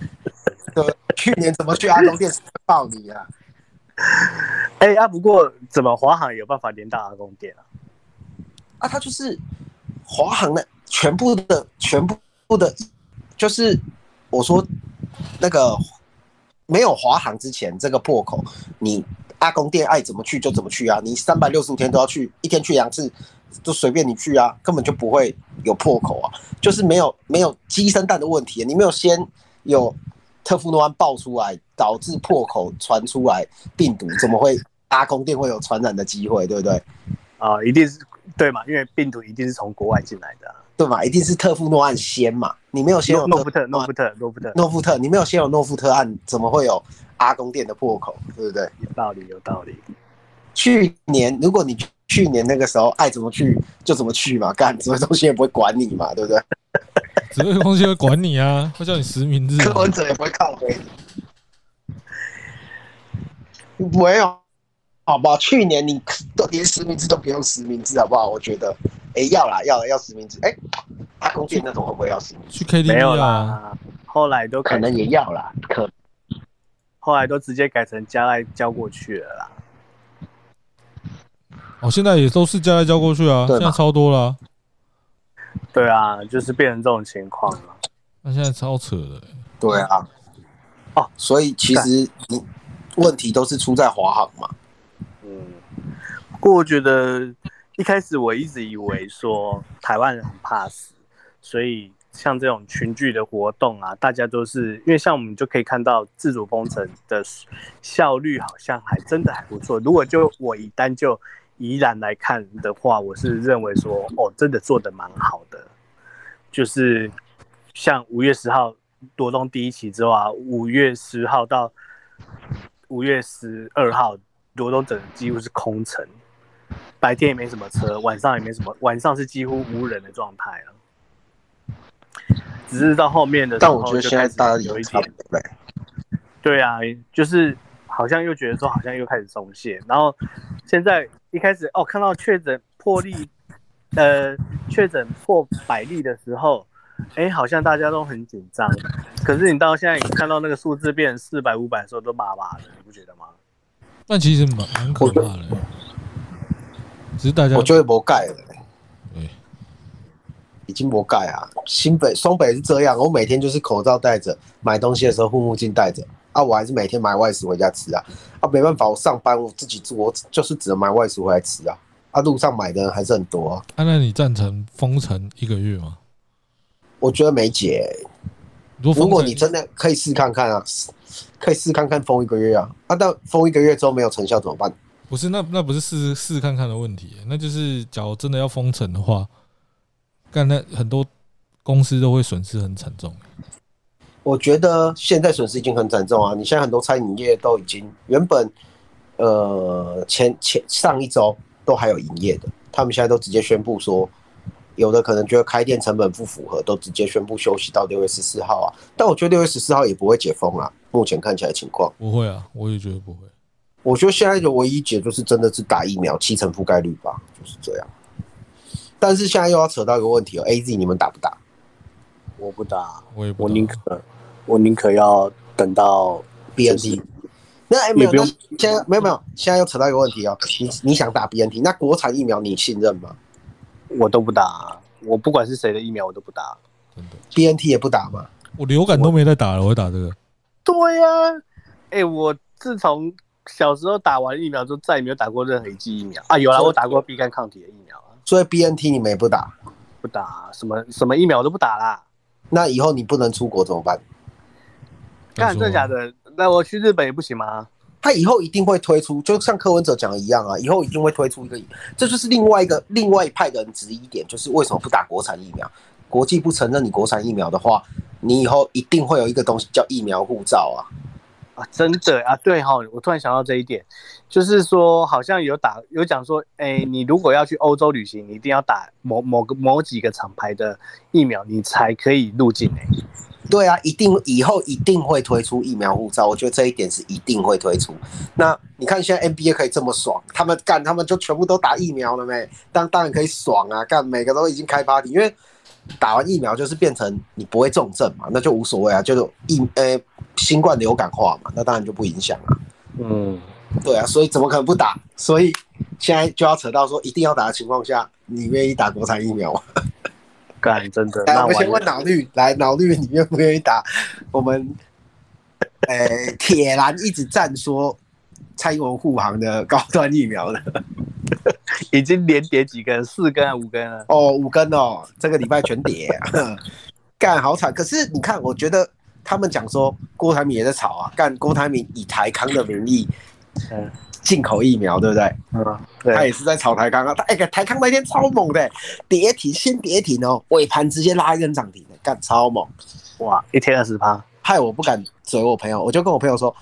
A: 对不对，去年怎么去阿公店报你啊？
D: 哎啊，不过怎么华航有办法连到阿公店啊？
A: 啊，他就是华航的全部的全部的，就是我说那个没有华航之前这个破口，你阿公店爱怎么去就怎么去啊，你三百六十五天都要去，一天去两次就随便你去啊，根本就不会有破口啊，就是没有没有鸡生蛋的问题，啊你没有先有特氟诺安爆出来，导致破口传出来病毒，怎么会阿公店会有传染的机会，对不对？
D: 啊，一定是对嘛，因为病毒一定是从国外进来的啊、
A: 对嘛，一定是特富诺案先嘛，你没有先有
D: 诺诺福特，
A: 诺
D: 诺福特，诺福特，
A: 诺富特，你没有先有诺富特案，怎么会有阿公店的破口，对不对？
D: 有道理，有道理。
A: 去年如果你去年那个时候爱怎么去就怎么去嘛，干什么东西也不会管你嘛，对不对？
B: 指挥中心会管你啊，会叫你实名制啊、
A: 柯 文哲也不会靠回你，没有，好不好？去年你都连实名制都不用实名制，好不好？我觉得，哎、要啦，要啦要实名制，哎、阿公店那种会不会要实名制？
B: 去
D: 没有
B: KTV 啊，
D: 啦，后来都
A: 可
D: 改，
A: 能也要啦，可
D: 后来都直接改成加赖交过去了啦。
B: 哦，现在也都是加来交过去啊，
A: 对
B: 现
A: 嘛
B: 在超多啦、
D: 对啊，就是变成这种情况了。
B: 那现在超扯的欸、
A: 对啊，
D: 哦
A: 所以其实你问题都是出在华航嘛。
D: 嗯，不过我觉得一开始我一直以为说台湾人很怕死，所以像这种群聚的活动啊，大家都是因为像我们就可以看到自主封城的效率好像还真的还不错。如果就我以单就宜兰来看的话，我是认为说哦，真的做的蛮好的，就是像五月十号罗东第一期之后啊，五月十号到五月十二号，罗东整个几乎是空城，白天也没什么车，晚上也没什么，晚上是几乎无人的状态了。只是到后面的时
A: 但
D: 候，
A: 我觉得现在大家
D: 有一
A: 差
D: 点
A: 不多嘞。
D: 对啊，就是好像又觉得说好像又开始松懈，然后现在一开始哦看到确诊破例，呃确诊破百例的时候，哎好像大家都很紧张，可是你到现在你看到那个数字变四百五百的时候都麻麻的，你不觉得吗？
B: 但其实蛮蛮可怕的，欸只是大家
A: 我觉得没盖了嘞、
B: 对
A: 已经没盖啊。新北、双北是这样，我每天就是口罩戴着，买东西的时候护目镜戴着啊，我还是每天买外食回家吃啊啊，没办法，我上班我自己住，我就是只能买外食回来吃啊啊，路上买的人还是很多、啊，
B: 啊，那你赞成封城一个月吗？
A: 我觉得没解、欸
B: 如果
A: 如
B: 封
A: 果
B: 城
A: 你真的可以试看看啊，可以试看看封一个月啊啊，但封一个月之后没有成效怎么办？
B: 不是那那不是试试看看的问题，那就是假如真的要封城的话，干那很多公司都会损失很惨重。
A: 我觉得现在损失已经很惨重啊！你现在很多餐饮业都已经原本，呃，前前上一周都还有营业的，他们现在都直接宣布说，有的可能觉得开店成本不符合，都直接宣布休息到六月十四号啊。但我觉得六月十四号也不会解封啊，目前看起来情况，
B: 不会啊，我也觉得不会。
A: 我觉得现在的唯一解就是真的是打疫苗，七成覆盖率吧，就是这样。但是现在又要扯到一个问题哦，A Z 你们打不打？
D: 我不打，
B: 我也不
D: 我
B: 懂
D: 宁可我宁可要等到
A: BNT。那哎、没
D: 也
A: 有，
D: 不
A: 那
D: 用
A: 现在没有没有，现在又扯到一个问题哦，你你想打 BNT，那国产疫苗你信任吗
D: 我都不打，我不管是谁的疫苗我都不打。
B: 真的，
A: ？BNT 也不打吗？
B: 我流感都没在打了，我会打这个。
D: 对呀、哎、我自从小时候打完疫苗之后，再也没有打过任何一剂疫苗啊。有啦，
A: 所以
D: 我打过 B 肝抗体的疫苗啊，
A: 所以 BNT 你们也不打，
D: 不打什么什么疫苗我都不打啦。
A: 那以后你不能出国怎么办？
D: 干
B: 说
D: 真的假的？那我去日本也不行吗？
A: 他以后一定会推出，就像柯文哲讲的一样啊，以后一定会推出一个，这就是另外一个另外一派的人质疑点，就是为什么不打国产疫苗？国际不承认你国产疫苗的话，你以后一定会有一个东西叫疫苗护照啊。
D: 啊，真的啊，对哈、我突然想到这一点，就是说好像有打有讲说，哎、你如果要去欧洲旅行，你一定要打某某个某几个厂牌的疫苗，你才可以入境哎、
A: 对啊，一定以后一定会推出疫苗护照，我觉得这一点是一定会推出。那你看现在 NBA 可以这么爽，他们干他们就全部都打疫苗了没？当当然可以爽啊，干每个都已经开 party，因为打完疫苗就是变成你不会重症嘛，那就无所谓啊，就是疫呃新冠流感化嘛，那当然就不影响啊。
D: 嗯，
A: 对啊，所以怎么可能不打？所以现在就要扯到说一定要打的情况下，你愿意打国产疫苗吗？
D: 干真的。
A: 来，
D: 那
A: 哎我们先
D: 完
A: 问脑绿，来，脑绿，你愿不愿意打？我们，呃，铁蓝一直站说蔡英文护航的高端疫苗的
D: 已经连跌几根，四根还啊五根了。
A: 哦，五根哦，这个礼拜全跌，干好惨。可是你看，我觉得他们讲说郭台铭也在吵啊，干郭台铭以台康的名义
D: 嗯
A: 进口疫苗，对不对？
D: 嗯，
A: 他
D: 对，
A: 也是在炒台康啊，他哎、台康那天超猛的、跌停先跌停哦，尾盘直接拉一根涨停的，干超猛。
D: 哇，一天二十趴，
A: 害我不敢追我朋友，我就跟我朋友说，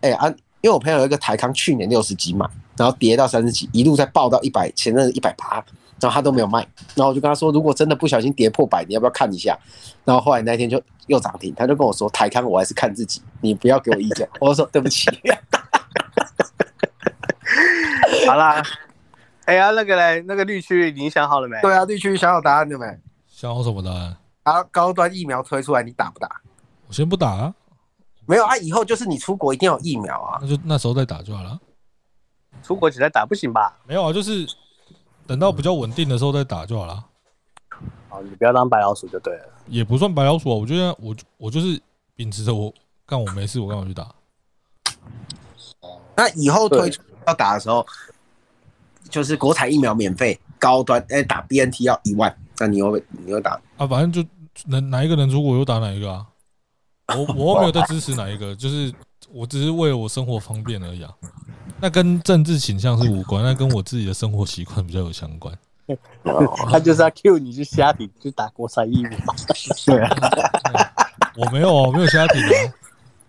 A: 哎、啊，因为我朋友有一个台康去年六十几买，然后跌到三十几，一路在爆到一百，前阵一百八，然后他都没有卖，然后我就跟他说，如果真的不小心跌破百，你要不要看一下？然后后来那天就又涨停，他就跟我说，台康我还是看自己，你不要给我意见。我就说对不起，
D: 好啦。哎呀，那个嘞，那个绿区你想好了没？
A: 对啊，绿区想有答案了没？
B: 想要什么答案？
A: 然后高端疫苗推出来，你打不打？
B: 我先不打啊，
A: 没有啊，以后就是你出国一定要有疫苗啊。
B: 那就那时候再打就好了。
D: 出国只在打不行吧？
B: 没有啊，就是等到比较稳定的时候再打就好了。
D: 哦，你不要当白老鼠就对了。
B: 也不算白老鼠啊，我觉得我我就是秉持着我干我没事，我干嘛去打？
A: 那以后推出要打的时候，就是国产疫苗免费，高端哎、打 BNT 要一万，那你会你会打？
B: 啊，反正就能哪一个能出国就打哪一个啊。 我我又没有在支持哪一个，就是我只是为了我生活方便而已啊。那跟政治倾向是无关，那跟我自己的生活习惯比较有相关。
A: 哦
D: 他就是要 Q 你去虾饼，去打国产疫苗。 对啊，
B: 我没有啊，我没有瞎挺啊，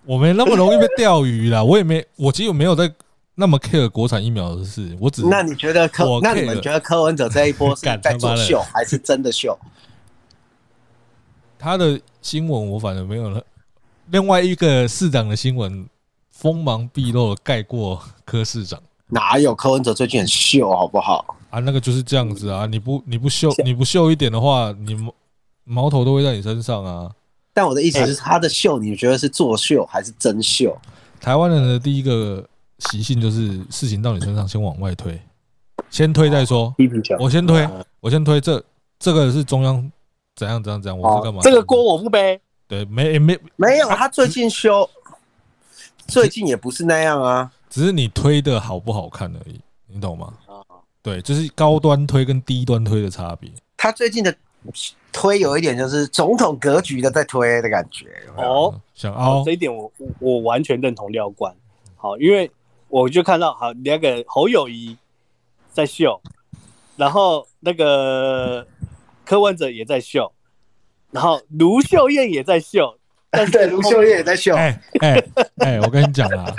B: 我没那么容易被钓鱼啦。我也没，我其实没有在那么 care 国产疫苗的事，我只是
A: 那你觉得柯
B: 我？
A: 那你
B: care
A: 们觉得柯文哲这一波是
B: 干
A: 在
B: 他
A: 作
B: 妈的
A: 秀还是真的秀？
B: 他的新闻我反正没有了。另外一个市长的新闻锋芒毕露，盖过柯市长
A: 哪有柯文哲最近很秀，好不好？
B: 啊，那个就是这样子
D: 嗯
B: 啊。你不你不秀你不秀一点的话，你毛矛头都会在你身上啊。
A: 但我的意思是，他的秀，你觉得是作秀还是真秀？
B: 台湾人的第一个习性就是事情到你身上先往外推，先推再说。
D: 批评球。
B: 我先推，
D: 嗯
B: 我先推这这个是中央怎样怎样怎样，我是干嘛？
D: 哦这个锅我不背。
B: 对没也没，
A: 没有，啊他最近修，最近也不是那样啊。
B: 只是你推的好不好看而已，你懂吗？
D: 哦
B: 对，就是高端推跟低端推的差别。
A: 他最近的推有一点就是总统格局的在推的感觉。有没有
D: 哦，
B: 想嗯凹
D: 这一点我我我完全认同廖冠。好，因为我就看到好那个侯友谊在秀，然后那个柯文哲也在秀，然后卢秀燕也在秀，
A: 对，卢秀燕也在秀。
B: 哎哎哎，我跟你讲啊，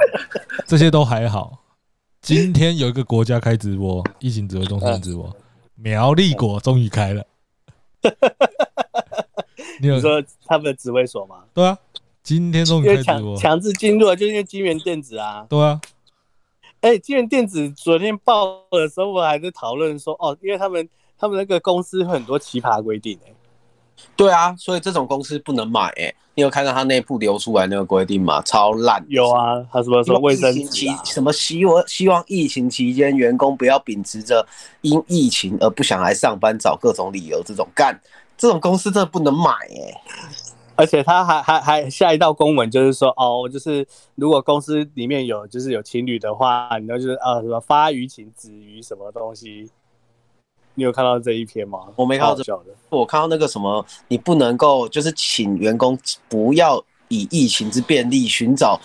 B: 这些都还好。今天有一个国家开直播，疫情指挥中心直播，
A: 嗯
B: 苗栗国终于开了。 你有
D: 你说他们的紫卫所吗？
B: 对啊？今天终
D: 因
B: 于
D: 为
B: 开直
D: 强
B: 播，
D: 强制进入啊，就是因为金源电子啊。
B: 对啊，
D: 哎、金源电子昨天报的时候，我还在讨论说，哦，因为他们他们那个公司很多奇葩规定、哎，
A: 对啊，所以这种公司不能买、欸。你有看到他内部流出来那个规定吗？超烂。
D: 有啊，他什么
A: 什
D: 说
A: 么
D: 卫
A: 疫
D: 生
A: 情
D: 纸
A: 期
D: 啊，
A: 什么希望希望疫情期间员工不要秉持着因疫情而不想来上班找各种理由这种干，这种公司真的不能买哎、
D: 而且他还还还下一道公文就是说，哦，就是如果公司里面有就是有情侣的话，你知道就是啊什么发鱼情子鱼什么东西，你有看到这一篇吗？
A: 我没看到这
D: 这的。
A: 我看到那个什么，你不能够就是请员工不要以疫情之便利寻找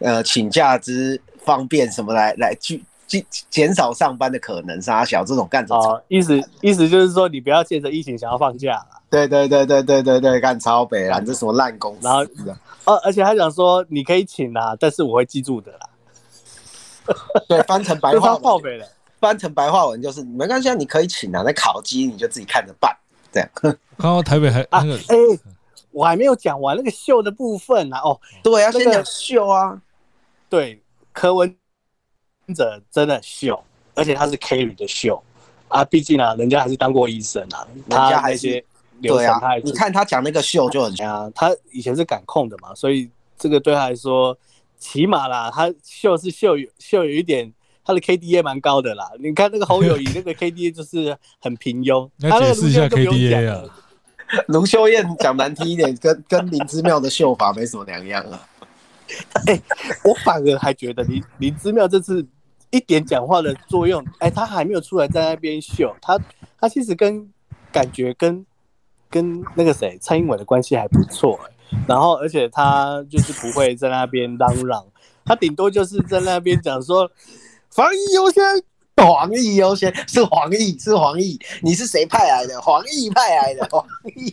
A: 呃请假之方便什么来来去减减少上班的可能，杀小这种干这种，
D: 哦，意思意思就是说，你不要借着疫情想要放假啦。
A: 对对对对对对对，干超北蓝这什么烂公司
D: 然后
A: 啊，
D: 哦，而且他讲说你可以请啦，但是我会记住的啦。
A: 对，翻成白
D: 这
A: 话
D: 超
A: 文
D: 报备了。
A: 翻成白话文就是没关系，啊，你可以请啊，那烤鸡你就自己看着办。这样
B: 我看到台北还
D: 啊
B: 那个，
D: 哎、我还没有讲完那个秀的部分啊。哦，
A: 对啊，
D: 那个
A: 先讲秀啊，
D: 对，柯文哲真的秀，而且他是 carry 的秀啊，毕竟啊，人家还是当过医生啊，
A: 人家
D: 他
A: 还
D: 那
A: 是
D: 些流
A: 对
D: 程
A: 啊
D: 他还，
A: 你
D: 是
A: 看他讲那个秀就很
D: 哎呀，他以前是感控的嘛，所以这个对他来说，起码啦，他秀是秀有秀有一点。他的 KDA 蛮高的啦，你看那个侯 友谊那个 KDA 就是很平庸。
B: 你要
D: 他那个
B: 解释一下
D: 卢建都不用讲
B: KDA 啊
D: 了？
A: 卢秀燕讲难听一点，跟跟林之妙的秀法没什么两样啊。
D: 我反而还觉得林林之妙这次一点讲话的作用，哎，他还没有出来在那边秀，他他其实跟感觉跟跟那个谁蔡英文的关系还不错、哎，然后而且他就是不会在那边嚷嚷，他顶多就是在那边讲说防疫优先，
A: 黄奕优先是黄奕，是黄奕，你是谁派来的？黄奕派来的，黄奕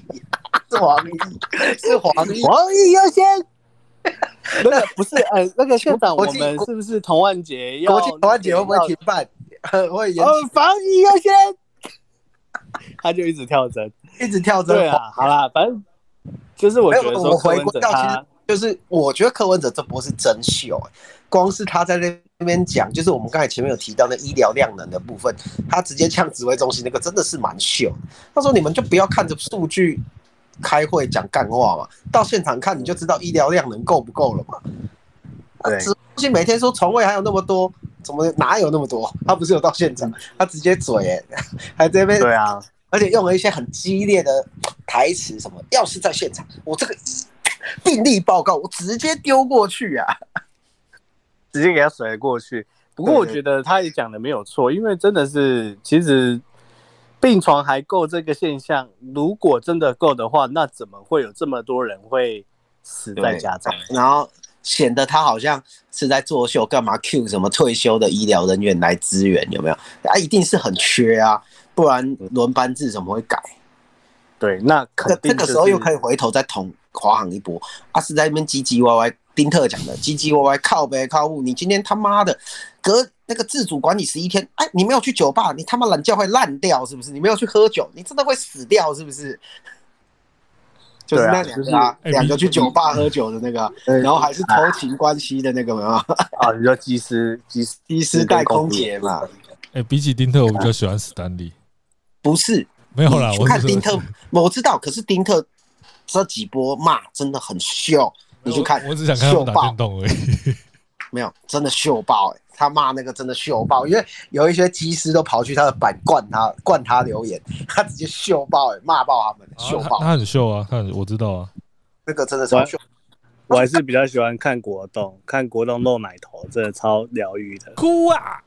A: 是黄奕，是黄奕。
D: 防疫优先。那个不是，呃，那个县长，
A: 国
D: 我
A: 际
D: 们是不是童万杰要
A: 国际台湾节会不
D: 要
A: 会停办？ 会延
D: 呃，防疫优先， 他就一直跳针。
A: 期一直跳针。
D: 对啊，好啦，反正就是我
A: 没有，
D: 觉得
A: 我
D: 说
A: 们
D: 柯
A: 回
D: 文
A: 归
D: 哲
A: 到其实
D: 他，
A: 就是，我觉得柯文哲这波是真秀、欸，光是他在那边讲，就是我们刚才前面有提到那医疗量能的部分，他直接呛指挥中心那个真的是蛮秀的。他说你们就不要看着数据开会讲干话嘛，到现场看你就知道医疗量能够不够了嘛。啊
D: 对
A: 指挥中心每天说床位还有那么多，怎么哪有那么多？他不是有到现场，他直接嘴、欸， 还在那边
D: 对啊，
A: 而且用了一些很激烈的台词，什么要是在现场，我这个病例报告我直接丢过去啊！
D: 直接给他甩了过去。不过我觉得他也讲的没有错，因为真的是其实病床还够这个现象，如果真的够的话，那怎么会有这么多人会死在
A: 对
D: 家中？
A: 然后显得他好像是在作秀，干嘛 Q 什么退休的医疗人员来支援？有没有？啊，一定是很缺啊，不然轮班制怎么会改？
D: 对，那
A: 这
D: 肯定、
A: 这
D: 就是、
A: 个时候又可以回头再捅华航一波。啊，是在那边唧唧歪歪，丁特讲的唧唧歪歪，靠北靠户，你今天他妈的隔那个自主管理十一天，哎，你没有去酒吧，你他妈懒觉会烂掉是不是？你没有去喝酒，你真的会死掉是不是？就是那两个、啊，
B: 就是
A: 两个去酒吧喝酒的那个啊，
D: 哎
A: 然后还是偷情关系的那个嘛，
D: 啊，你说技师技师
A: 医师带空姐嘛，
B: 哎，比起丁特，我比较喜欢史丹利。
A: 不是？
B: 没有啦，
A: 你去
B: 我
A: 看
B: 是
A: 丁
B: 说
A: 特，我知道，可是丁特这几波骂真的很秀，你去看，
B: 我我只想看他
A: 秀
B: 们打
A: 爆
B: 电，动而已。
A: 没有，真的秀爆、欸，他骂那个真的秀爆，因为有一些机师都跑去他的板灌他，灌他留言，他直接秀爆、欸，骂爆他们，秀
B: 啊他
A: 爆，
B: 他很秀啊，他很我知道啊。
A: 那个真的超秀。
D: 我还是比较喜欢看国栋，看国栋露奶头，真的超疗愈的。
B: 哭啊！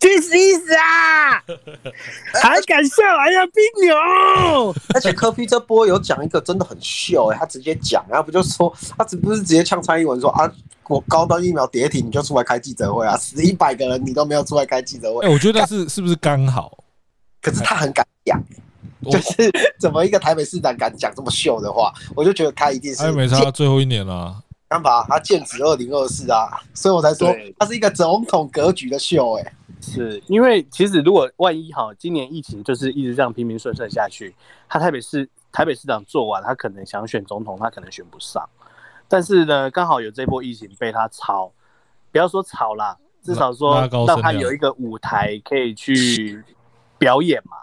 D: 去死啊！ 还敢笑俺要冰牛？
A: 而且科比这波有讲一个真的很秀、欸，他直接讲，然后不就说他只不是直接呛蔡英文说啊，我高端疫苗跌停，你就出来开记者会啊，死一百个人你都没有出来开记者会
B: 哎，，我觉得是是不是刚好？
A: 可是他很敢讲。
B: 我
A: 就是怎么一个台北市长敢讲这么秀的话，我就觉得他一定是
B: 哎，没差，最后一年啊啦。
A: 干嘛？他剑指二零二四啊，所以我才说
D: 对
A: 他是一个总统格局的秀、欸，哎，
D: 是因为其实如果万一好，今年疫情就是一直这样平平顺顺下去，他台北市台北市长做完，他可能想选总统，他可能选不上。但是呢，刚好有这波疫情被他炒，不要说炒啦，至少
B: 拉
D: 说
B: 拉高声
D: 让他
B: 量
D: 有一个舞台可以去表演嘛，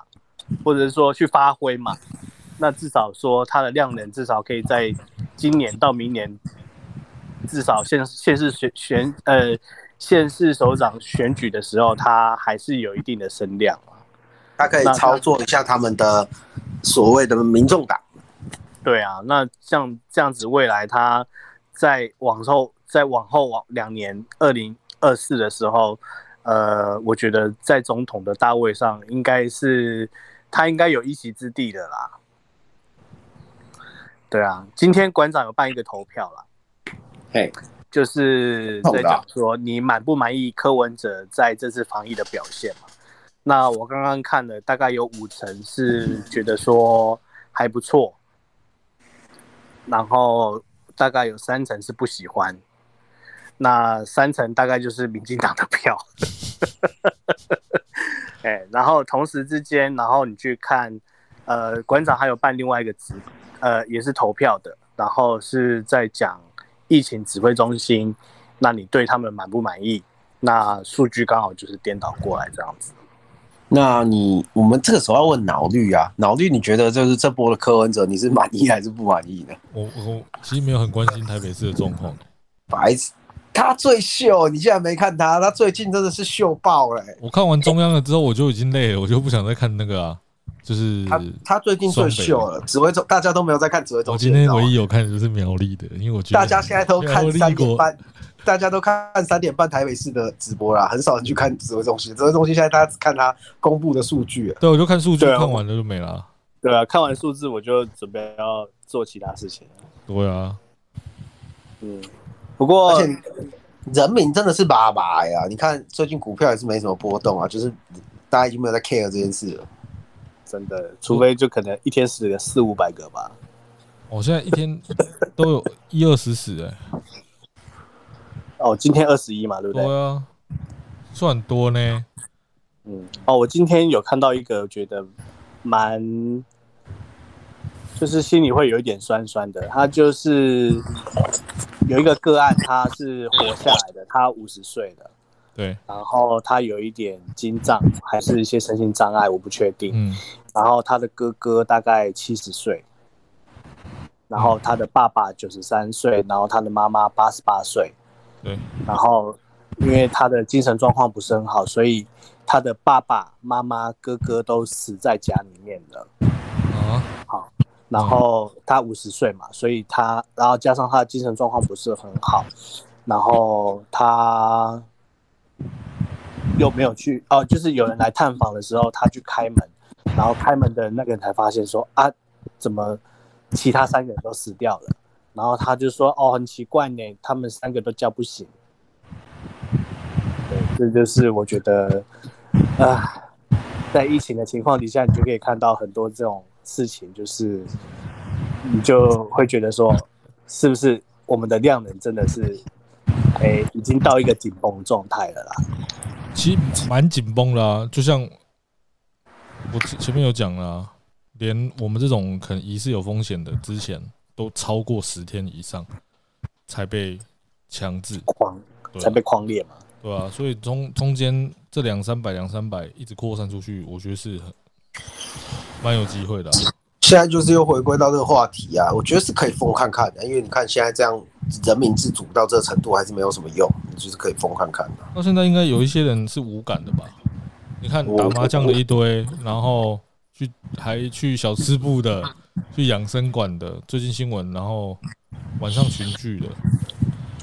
D: 或者是说去发挥嘛。那至少说他的量能至少可以在今年到明年，至少县县市选选呃县市首长选举的时候，他还是有一定的声量啊。
A: 他可以
D: 那
A: 操作一下他们的所谓的民众党。
D: 对啊，那像这样子，未来他在往后在往后往两年，二零二四的时候，呃，我觉得在总统的大位上，应该是他应该有一席之地的啦。对啊，今天馆长有办一个投票啦，
A: 嘿，
D: 就是在讲说你满不满意柯文哲在这次防疫的表现嘛？那我刚刚看了，大概有五成是觉得说还不错，然后大概有三成是不喜欢，那三成大概就是民进党的票。哎、然后同时之间，然后你去看，呃，馆长还有办另外一个直，呃，也是投票的，然后是在讲疫情指挥中心，那你对他们满不满意？那数据刚好就是颠倒过来这样子。
A: 那你我们这个时候要问脑绿啊，脑绿，你觉得就是这波的柯文哲，你是满意还是不满意呢？
B: 我我其实没有很关心台北市的状况。
A: 白痴，他最秀，你竟然没看他，他最近真的是秀爆了、欸
B: 我看完中央了之后，我就已经累了，我就不想再看那个啊。就是
A: 他他最近最秀了，指挥中大家都没有在看指挥
B: 我
A: 中心，
B: 今
A: 你知
B: 天
A: 道吗
B: 唯一有看的就是苗栗的，因为我觉得
A: 大家现在都
B: 苗
A: 看
B: 栗
A: 三
B: 国
A: 点半，大家都看三点半台北市的直播啦，很少人去看指挥中心。指挥中心现在大家只看他公布的数据了，
B: 对，我就看数据，
D: 对啊
B: 看完了就没了。
D: 对啊，看完数字我就准备要做其他事情了。
B: 对啊，
D: 嗯，不过
A: 而且人民真的是麻麻呀！你看最近股票也是没什么波动啊，就是大家已经没有在 care 这件事了。
D: 真的，除非就可能一天死个四五百个吧。
B: 我哦现在一天都有一二十死哎、
D: 哦，今天二十一嘛，对不对？
B: 对啊，算很多呢。
D: 嗯，哦，我今天有看到一个，觉得蛮，就是心里会有一点酸酸的。他就是有一个个案，他是活下来的，他五十岁了，
B: 对，
D: 然后他有一点精障，还是一些身心障碍，我不确定。
B: 嗯，
D: 然后他的哥哥大概七十岁，然后他的爸爸九十三岁，然后他的妈妈八十八岁。
B: 对，
D: 然后因为他的精神状况不是很好，所以他的爸爸妈妈、哥哥都死在家里面了。
B: 啊，
D: 然后他五十岁嘛，所以他，然后加上他的精神状况不是很好，然后他又没有去哦，就是有人来探访的时候，他去开门，然后开门的那个人才发现说啊，怎么其他三个人都死掉了？然后他就说哦，很奇怪呢，他们三个都叫不醒。对，这就是我觉得啊，在疫情的情况底下，你就可以看到很多这种事情，就是你就会觉得说，是不是我们的量能真的是，哎，已经到一个紧绷状态了啦。
B: 其实蛮紧绷啦、就像我前前面有讲啦、连我们这种可能疑似有风险的，之前都超过十天以上才被强制，
D: 狂
B: 对
D: 才被狂裂嘛。
B: 对啊，所以中中间这两三百两三百一直扩散出去，我觉得是很蛮有机会的啊、
A: 现在就是又回归到这个话题啊，我觉得是可以封看看的，因为你看现在这样人民自主到这个程度还是没有什么用，你就是可以封看看的。
B: 到现在应该有一些人是无感的吧？你看
A: 我
B: 打麻将的一堆，然后去还去小吃部 的，去养生馆的，最近新闻，然后晚上群聚的，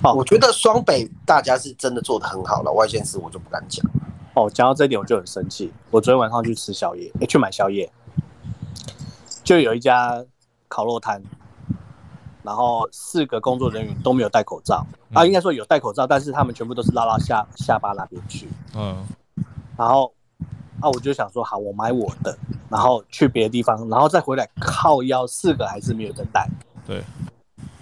D: 哦，
A: 我觉得双北大家是真的做的很好了，外县市我就不敢讲。
D: 哦，讲到这点我就很生气。我昨天晚上去吃宵夜，哎、去买宵夜，就有一家烤肉摊，然后四个工作人员都没有戴口罩、啊，
B: 嗯
D: 应该说有戴口罩，但是他们全部都是拉到下下巴那边去。
B: 嗯，
D: 然后啊，我就想说，好，我买我的，然后去别的地方，然后再回来靠腰，四个还是没有人带。
B: 对。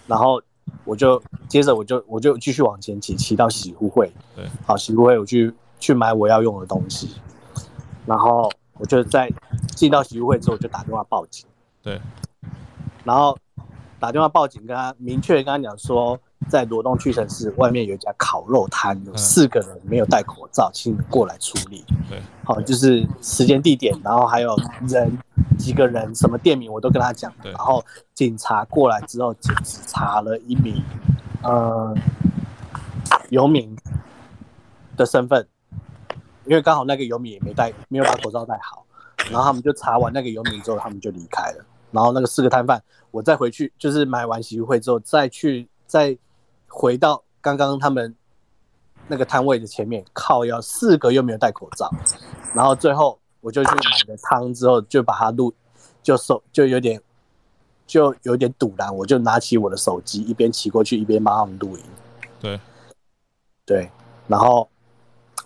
D: 然后我就接着我就我就继续往前骑，骑到洗护会。
B: 对。
D: 好，洗护会我去去买我要用的东西，然后我就在进到洗护会之后，我就打电话报警。
B: 对。
D: 然后打电话报警，跟他明确地跟他讲说，在罗东屈臣氏外面有一家烤肉摊，有
B: 嗯
D: 四个人没有戴口罩，请你过来处理。
B: 对，
D: 好，就是时间、地点，然后还有人几个人，什么店名我都跟他讲。
B: 对
D: 然后警察过来之后，只只查了一名呃游民的身份，因为刚好那个游民也没戴，没有把口罩戴好，然后他们就查完那个游民之后，他们就离开了。然后那个四个摊贩，我再回去就是买完洗浴会之后，再去再回到刚刚他们那个摊位的前面，靠腰四个又没有戴口罩，然后最后我就去买了汤之后，就把它录，就手就有点就有点堵然，我就拿起我的手机，一边骑过去一边帮他们录音。
B: 对，
D: 对，然后，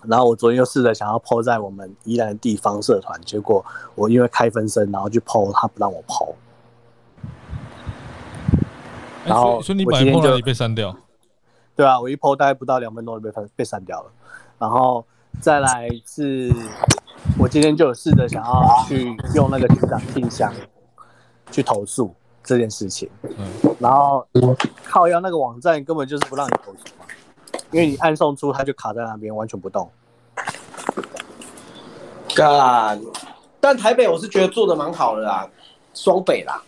D: 然后我昨天又试着想要 PO 在我们宜兰的地方社团，结果我因为开分身，然后去 PO，他不让我 PO。
B: 哎
D: 然
B: 所
D: 后
B: 以所以你
D: 我
B: 本
D: 今
B: 来
D: 天
B: 碰到
D: 就
B: 你被删掉，
D: 对啊，我一 PO 大概不到两分钟就被删被删掉了，然后再来是，我今天就有试着想要去用那个局长信箱去投诉这件事情，
B: 嗯，
D: 然后靠腰那个网站根本就是不让你投诉嘛，因为你按送出它就卡在那边完全不动。
A: 干，但台北我是觉得做的蛮好的啦，双北啦。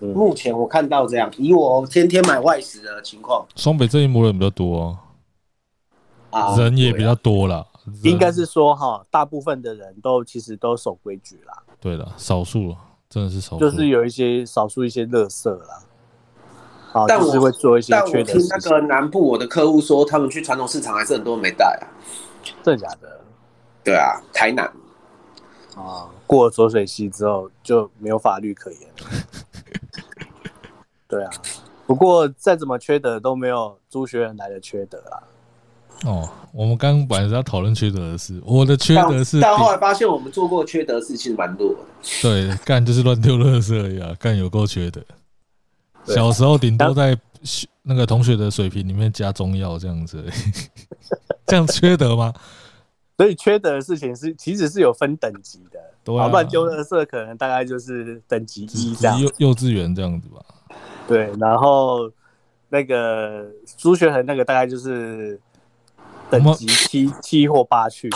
D: 嗯
A: 目前我看到这样，以我天天买外食的情况
B: 双北这一魔人比较多啊、
A: 啊，
B: 人也比较多啦，人
D: 啊应该是说哈，大部分的人都其实都守规矩啦，
B: 对的，少数了，真的是少数，
D: 就是有一些少数一些乐色啦，好，
A: 但
D: 就是
A: 我
D: 会做一些
A: 但我
D: 缺德
A: 听
D: 事
A: 那
D: 情，
A: 个南部我的客户说，他们去传统市场还是很多人没带啊。
D: 真的假的？
A: 对啊，台南
D: 啊，过了浊水溪之后就没有法律可言了。对啊，不过再怎么缺德都没有朱学仁来的缺德啦。
B: 哦。我们刚刚本来是要讨论缺德的事，我的缺
A: 但
B: 德是
A: 但
B: 顶
A: 后来发现我们做过缺德事情蛮多的。
B: 对，干就是乱丢垃圾而已啊，干有够缺德。
D: 对
B: 小时候顶多在学那个同学的水平里面加中药这样子而已， 这样缺德吗？
D: 所以缺德的事情是其实是有分等级的。
B: 对啊
D: 好乱丢垃圾可能大概就是等级
B: 只
D: 一
B: 只
D: 这样。
B: 幼幼稚园这样子吧。
D: 对，然后那个朱学恒那个大概就是等级七七或八去，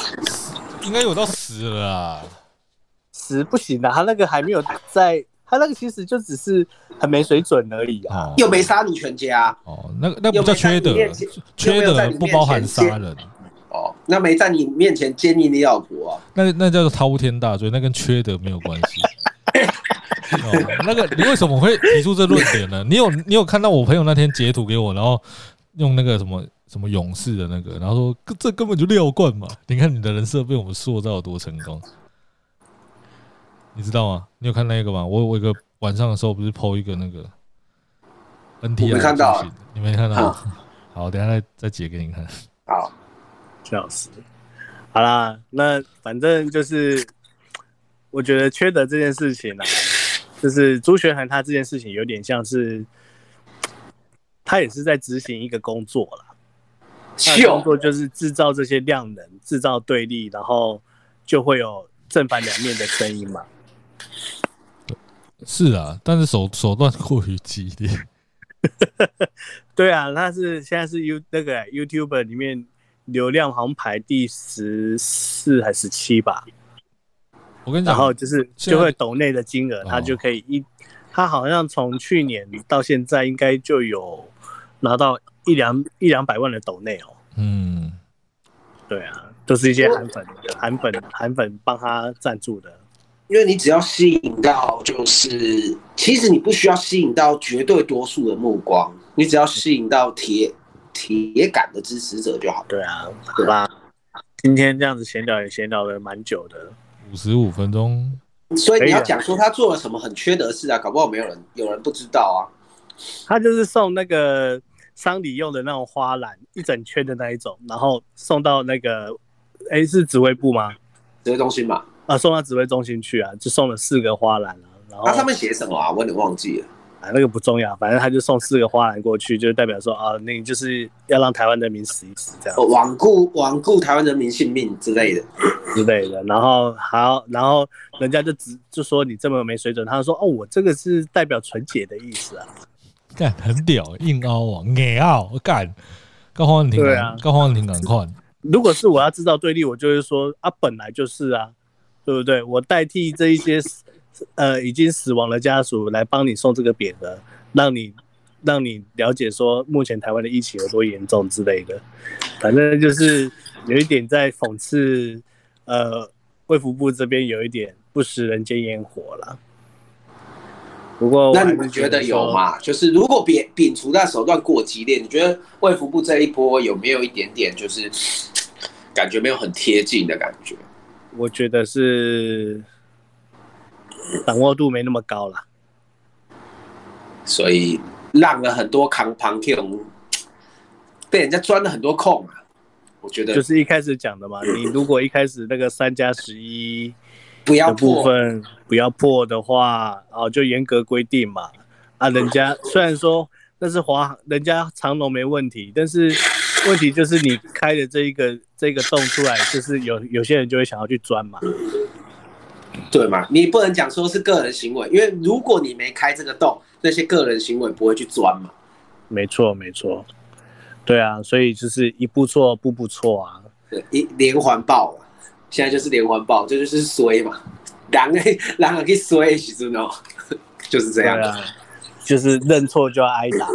B: 应该有到十了啊，
D: 十不行的、啊他那个还没有在，他那个其实就只是很没水准而已啊。
B: 哦
A: 又没杀你全家
B: 哦，那个那不叫缺德
A: 又没在你面前，
B: 缺
A: 又没有在
B: 德
A: 你
B: 不包含杀人，
A: 哦，那没在你面前奸淫你老婆啊、
B: 那那叫做滔天大罪，那跟缺德没有关系。 哦，那个你为什么会提出这论点呢？你有你有看到我朋友那天截图给我，然后用那个什么什么勇士的那个，然后说这这根本就廖冠嘛！你看你的人设被我们塑造得多成功，你知道吗？你有看那个吗？我我有一个晚上的时候不是 PO 一个那个 NTR，
A: 我没看到啊
B: 的讯息你没看到？好，等一下再再截给你看。
A: 好，
D: 笑死！好啦，那反正就是，我觉得缺德这件事情啊，就是朱学恒他这件事情有点像是，他也是在执行一个工作啦。他的工
A: 秀
D: 作就是制造这些量能，制造对立，然后就会有正反两面的声音嘛。
B: 是啊，但是手手段过于激烈，
D: 对啊，那是现在是 You 那个啊 YouTuber 里面流量好像排第十四还十七吧，
B: 我跟你讲，
D: 然后就是
B: 现在哦
D: 就会抖内的金额，他就可以一，他好像从去年到现在应该就有拿到一两一两百万的抖内哦。
B: 嗯，
D: 对啊，都是一些韩粉、韩粉、韩粉帮他赞助的。
A: 因为你只要吸引到，就是其实你不需要吸引到绝对多数的目光，你只要吸引到铁铁杆的支持者就好。
D: 对啊，好吧，今天这样子闲聊也闲聊了蛮久的。
B: 五十五分钟，
A: 所以
D: 可以
A: 你要
D: 啊
A: 讲说他做了什么很缺德的事啊，搞不好没有人有人不知道啊。
D: 他就是送那个丧礼用的那种花篮，一整圈的那一种，然后送到那个，哎、是指挥部吗？
A: 这些东西嘛，
D: 啊，送到指挥中心去啊，就送了四个花篮啊。然后
A: 它上面写什么啊？我有点忘记了。
D: 啊，那个不重要，反正他就送四个花篮过去，就代表说啊，那你就是要让台湾人民死一死这样
A: 哦，罔顾罔顾台湾人民性命之类的。
D: 之类的。然后好，然后人家就只就说你这么没水准，他就说哦，我这个是代表纯洁的意思啊。
B: 干很屌，硬凹啊，硬凹，干，高黄挺
D: 对啊
B: 高黄挺赶快，啊
D: 如果是我要制造对立，我就会说啊，本来就是啊，对不对？我代替这一些死呃已经死亡的家属来帮你送这个匾额，让你让你了解说目前台湾的疫情有多严重之类的。反正就是有一点在讽刺，呃，卫福部这边有一点不食人间烟火啦。不过我
A: 那
D: 哦还
A: 你
D: 是
A: 们觉得有
D: 说？
A: 吗？就是如果摒摒除那手段过激烈，你觉得卫福部这一波有没有一点点就是感觉没有很贴近的感觉？
D: 我觉得是掌握度没那么高啦。
A: 所以让了很多扛旁 K 被人家钻了很多空啊。我觉得
D: 就是一开始讲的 嘛，你如果一开始那个三加十一
A: 不要
D: 的
A: 破
D: 部分不要破的话，哦，就严格规定嘛。啊，人家虽然说那是华，人家长龙没问题，但是问题就是你开的这一个这个洞出来，就是有有些人就会想要去钻嘛。
A: 对嘛？你不能讲说是个人行为，因为如果你没开这个洞，那些个人行为不会去钻嘛。
D: 没错，没错，对啊，所以就是一步错，步步错啊。
A: 对，一连环爆嘛，现在就是连环爆，这就是衰嘛。人诶，人啊去衰的时阵哦， 就是这
D: 对
A: 样，
D: 啊，就是认错就要挨打。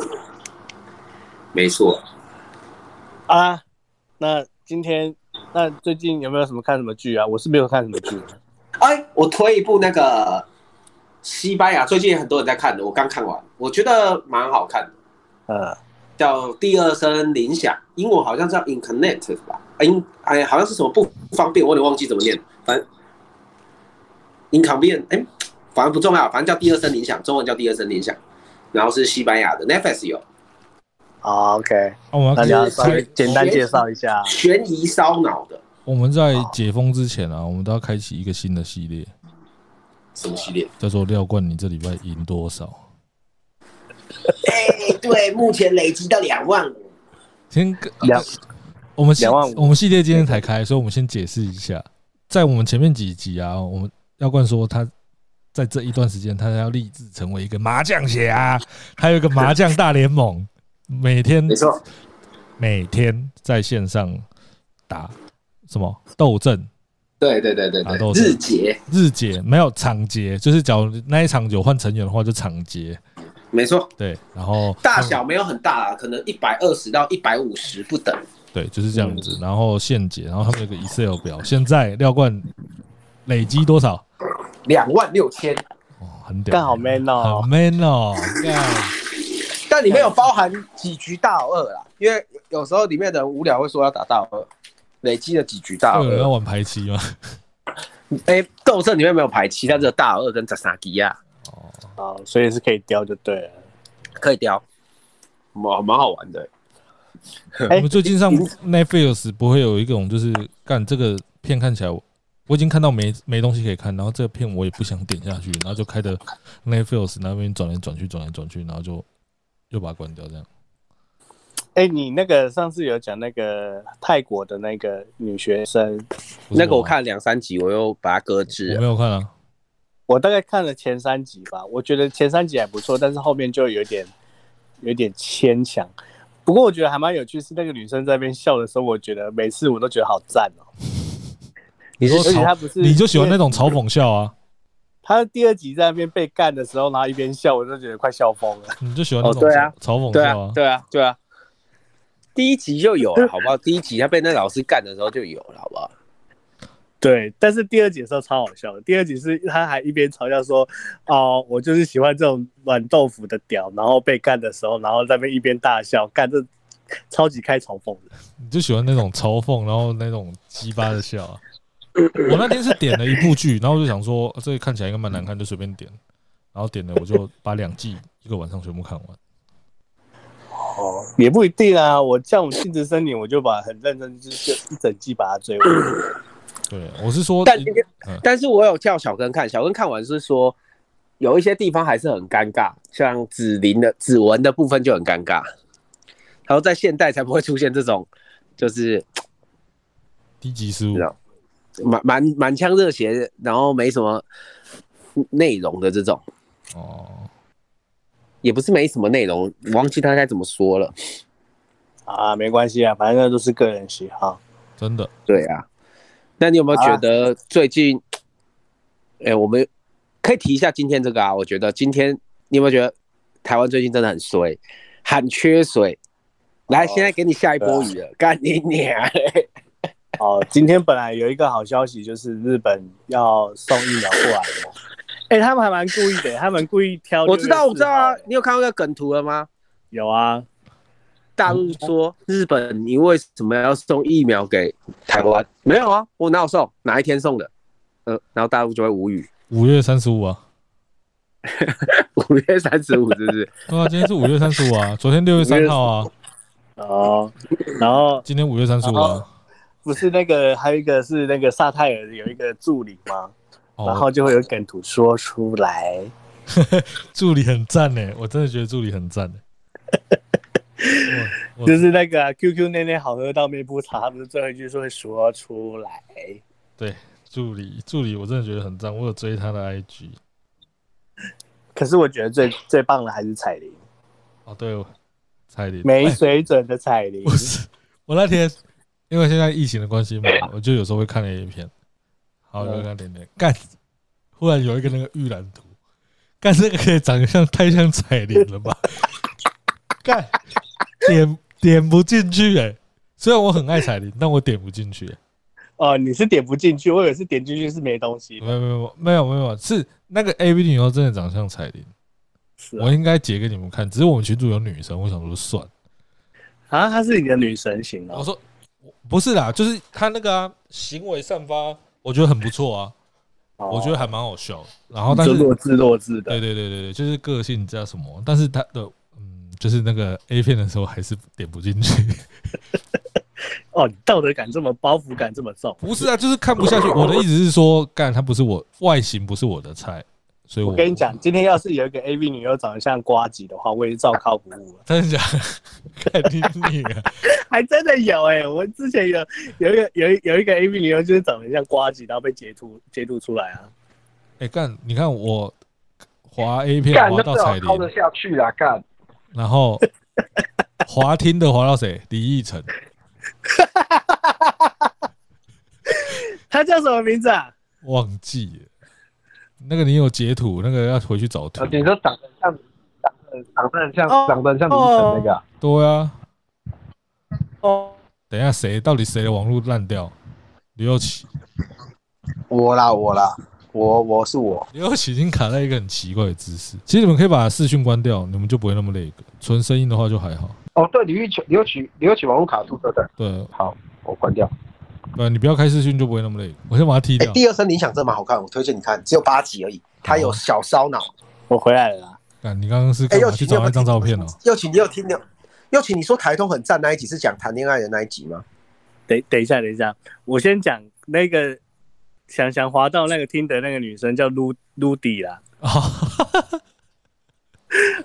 A: 没错。
D: 啊，那今天那最近有没有什么看什么剧啊？我是没有看什么剧，
A: 哎，我推一部那个西班牙，最近也很多人在看的，我刚看完，我觉得蛮好看的，
D: 嗯，
A: 叫《第二声铃响》，英文好像叫 Inconnect 吧？哎英哎，好像是什么不方便，我有点忘记怎么念，反正 Inconvenient，哎，反正不重要，反正叫《第二声铃响》，中文叫《第二声铃响》，然后是西班牙的 Netflix 有
D: 好，OK，
B: 啊我们要
D: 那
B: 开
D: 你要稍微
B: 开
D: 简单介绍一下，
A: 悬疑烧脑的
B: 我们在解封之前啊，我们都要开启一个新的系列，
A: 什么系列？
B: 叫做“廖冠，你这礼拜赢多少
A: 哎，对，目前累积到两万五。”。
B: 先跟
D: 两
B: 我们系
D: 两万五
B: 我们系列今天才开，所以我们先解释一下，在我们前面几集啊，我们廖冠说他在这一段时间，他要立志成为一个麻将侠，啊还有一个麻将大联盟，每天
A: 没错，
B: 每天在线上打什么斗阵，
A: 对对对对
B: 打斗
A: 对，
B: 士
A: 日结，
B: 日结没有场结，就是假如那一场有换成员的话，就场结。
A: 没错。
B: 对，然后
A: 大小没有很大啊，可能一百二十到一百五十不等。
B: 对，就是这样子。
D: 嗯
B: 然后现结，然后他们有个 Excel 表，现在廖冠累积多少？
A: 两万六千，
B: 哦，很屌，
D: 干好 man 哦
B: 很 man 哦，干
A: 但里面有包含几局大老二啦，因为
F: 有时候里面的人无聊会说要打大二，累积了几局大
B: 会有人要
F: 二。
B: 玩排期吗？
A: 哎，斗阵里面没有排期，但只有大二跟扎萨基亚
B: 哦，
D: 啊，所以是可以雕就对了。
A: 可以雕，蛮蛮好玩的。
D: 哎
B: 我们最近上
D: 你
B: Netflix 不会有一种就是干这个片看起来我我已经看到没没东西可以看，然后这个片我也不想点下去，然后就开着 Netflix 那边转来转去转来转去，然后就又把它关掉这样。
D: 哎、你那个上次有讲那个泰国的那个女学生，
B: 不是
A: 那个我
B: 吗，
A: 看了两三集，我又把它搁置
B: 我
A: 了。
B: 没有看啊，
D: 我大概看了前三集吧，我觉得前三集还不错，但是后面就有点有点牵强。不过我觉得还蛮有趣，是那个女生在那边笑的时候，我觉得每次我都觉得好赞哦、
B: 你说
D: 而且
B: 嘲
D: 她不是，
B: 你就喜欢那
D: 因为
B: 种嘲讽笑啊，
D: 她第二集在那边被干的时候，然后一边笑，我就觉得快笑疯了。
B: 你就喜欢那种
A: 哦对啊
B: 嘲讽
A: 对
B: 笑
A: 啊
B: 啊，。
A: 对啊，对啊。第一集就有了，好不好？第一集他被那老师干的时候就有了，好 不好？
D: 对，但是第二集的时候超好笑的。第二集是他还一边嘲笑说：“哦，我就是喜欢这种软豆腐的屌。”然后被干的时候，然后在那边一边大笑，干这超级开嘲讽的。
B: 你就喜欢那种嘲讽，然后那种鸡巴的笑、啊。我那天是点了一部剧，然后我就想说、呃这个看起来应该蛮难看，就随便点。然后点了，我就把两季一个晚上全部看完。
D: 哦，也不一定啊。我像我性质森林，我就把很认真就就一整季把它追完。
B: 对，我是说，
A: 但
B: 嗯
A: 但是我有叫小根看，小根看完是说有一些地方还是很尴尬，像指纹的指纹的部分就很尴尬。然后在现代才不会出现这种，就是
B: 低级失误
A: 是，啊满满满腔热血，然后没什么内容的这种，
B: 哦，
A: 也不是没什么内容，我忘记他该怎么说了。
D: 啊，没关系啊，反正那都是个人喜好。
B: 真的，
A: 对啊，那你有没有觉得最近？哎、我们可以提一下今天这个啊。我觉得今天你有没有觉得台湾最近真的很衰，很缺水？来，
D: 哦
A: 现在给你下一波雨了，干你娘嘞！
D: 哦，今天本来有一个好消息，就是日本要送疫苗过来 了。哎、他们还蛮故意的，他们故意挑。
A: 我知道，我知道啊。你有看到那个梗图了吗？
D: 有啊，
A: 大陆说日本，你为什么要送疫苗给台湾？没有啊，我哪有送？哪一天送的？呃，然后大陆就会无语。
B: 五月三十五啊，
A: 五月三十五是不是？
B: 对啊，今天是五月三十五啊，昨天六月三号啊，
D: 哦，然后
B: 今天五月三十五啊，
D: 不是那个，还有一个是那个萨泰尔有一个助理嘛，然
B: 哦，
D: 后就会有梗图说出来。
B: 助理很赞呢，我真的觉得助理很赞欸呢。我我
D: 就是那个啊、QQ 内内好喝到面不茶，他不是最后一句说会说出来。
B: 对助理助理，我真的觉得很赞，我有追他的 IG。
D: 可是我觉得最最棒的还是彩铃，
B: 哦，对，我蔡琳
D: 没
B: 哎
D: 水准的彩铃
B: 不。是，我那天因为现在疫情的关系嘛，我就有时候会看那一片，好，
D: 嗯
B: 有看点点干，忽然有一个那个预览图，干这个可以长得像太像彩铃了吧？ 干点点不进去哎、虽然我很爱彩铃，但我点不进去、欸。
D: 哦，你是点不进去，我以为是点进去是没东西
B: 没。有没有没有没有没有，是那个 A V 女优真的长得像彩铃，
D: 是
B: 我应该截给你们看。只是我们群主有女生，我想说算了。
D: 啊，她是你的女神型
B: 我
D: 哦。
B: 说我不是啦，就是他那个啊，行为散发，我觉得很不错啊，
D: 哦
B: 我觉得还蛮好笑的。然后但，
D: 就是弱智弱智
B: 对
D: 的。
B: 对对对对，就是个性加什么，但是他的嗯，就是那个 A 片的时候还是点不进去，
D: 哦，你道德感这么包袱感这么重。
B: 不是啊，就是看不下去。我的意思是说，干他不是我外形不是我的菜，所以我
D: 我跟你讲，，今天要是有一个 AV 女优长得像瓜吉的话，我也照靠不误了。
B: 真的假的？ 肯定你啊！
D: 还真的有哎、我之前有有一个有一有一个 AV 女优就是长得像瓜吉，然后被截图截图出来啊。
B: 哎，干，你看我滑 A 片
F: 干
B: 滑
F: 那
B: 到
F: 最好
B: 彩
F: 掏得
B: 铃，
F: 下去啊！干，
B: 然后滑听的滑到谁？李易成。
D: 她叫什么名字啊？
B: 忘记了那个你有截图，那个要回去找图
F: 呃。你说长得像，长得长得很像，
D: 哦
F: 长得很像李晨那个啊、
B: 对啊，
D: 哦，
B: 等一下谁到底谁的网络烂掉？刘又奇，
F: 我啦，我啦，我我是我，
B: 刘又奇已经卡在一个很奇怪的姿势。其实你们可以把视讯关掉，你们就不会那么累。纯声音的话就还好。
G: 哦，对，李玉曲，李玉曲，李玉曲网络卡注册的。
B: 对，
G: 好，我关掉。
B: 呃，你不要开视讯就不会那么累。我先把它踢
G: 哎、
B: 掉。
G: 第二声铃响真的蛮好看，我推荐你看，只有八集而已。它有小烧脑。
D: 我回来了啊啦。
B: 看，你刚刚是哦
G: 哎、
B: 干
G: 又
B: 嘛去
G: 请你有
B: 找那
G: 没有
B: 张
G: 听
B: 照片哦？
G: 又请你有听的？又请你说台通很赞那一集是讲谈恋爱的那一集吗？
D: 等等一下，等一下，我先讲那个想想滑到那个听的那个女生叫露露迪啦，
B: 啊，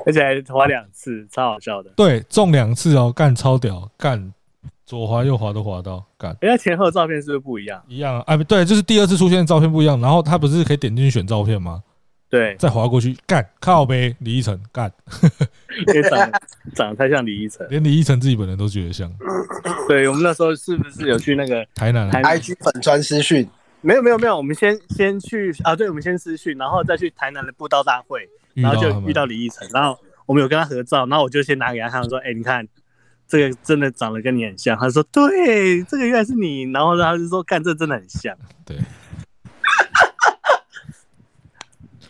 D: 而且还滑两次，超好笑的。
B: 对，中两次哦，干超屌，干左滑右滑都滑到，干
D: 人家前后照片是不是不一样？
B: 一样啊，哎，不对，就是第二次出现的照片不一样，然后他不是可以点进去选照片吗？
D: 对，
B: 再滑过去，干靠呗，李依晨，干
D: 因为长长得太像李依晨。
B: 连李依晨自己本人都觉得像
D: 对我们那时候是不是有去那个？
B: 台南啊，
D: 台
G: IG 粉专私讯，
D: 没有没有没有，我们先先去啊，对，我们先私讯，然后再去台南的布道大会，
B: 遇
D: 然
B: 到
D: 后
B: 他
D: 就遇
B: 们
D: 到李依晨，然后我们有跟他合照，然后我就先拿给他看，我说：“哎、你看这个真的长得跟你很像。”他说：“对，这个原来是你。”然后他就说：“干，这真的很像。”
B: 对，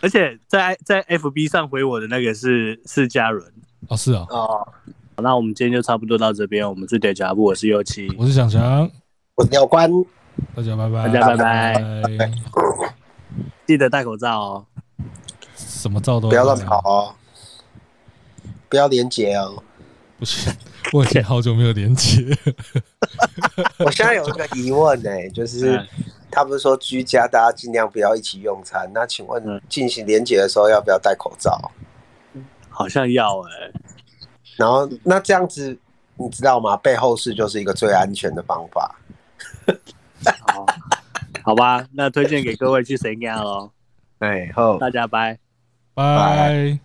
D: 而且在在 FB 上回我的那个是是嘉伦。
B: 哦，是啊，
G: 哦，
D: 那我们今天就差不多到这边，我们是叠加布，我是右七，
B: 我是想翔，
G: 我鸟关。
B: 大家拜拜，
D: 大家拜拜
B: 拜拜，
D: 记得戴口罩哦。
B: 什么照都
G: 不要乱
B: 戴
G: 跑，哦，不要连结哦。
B: 不行，我已经好久没有连接了，
G: 我现在有一个疑问呢、 就是
D: 嗯
G: 他不是说居家大家尽量不要一起用餐，那请问
D: 嗯
G: 进行连结的时候要不要戴口罩？
D: 好像要哎、
G: 然后那这样子，你知道吗？背后是就是一个最安全的方法。
D: 好，好哦吧，那推荐给各位去谁家喽，
G: 哎，后
D: 大家拜。
B: 拜。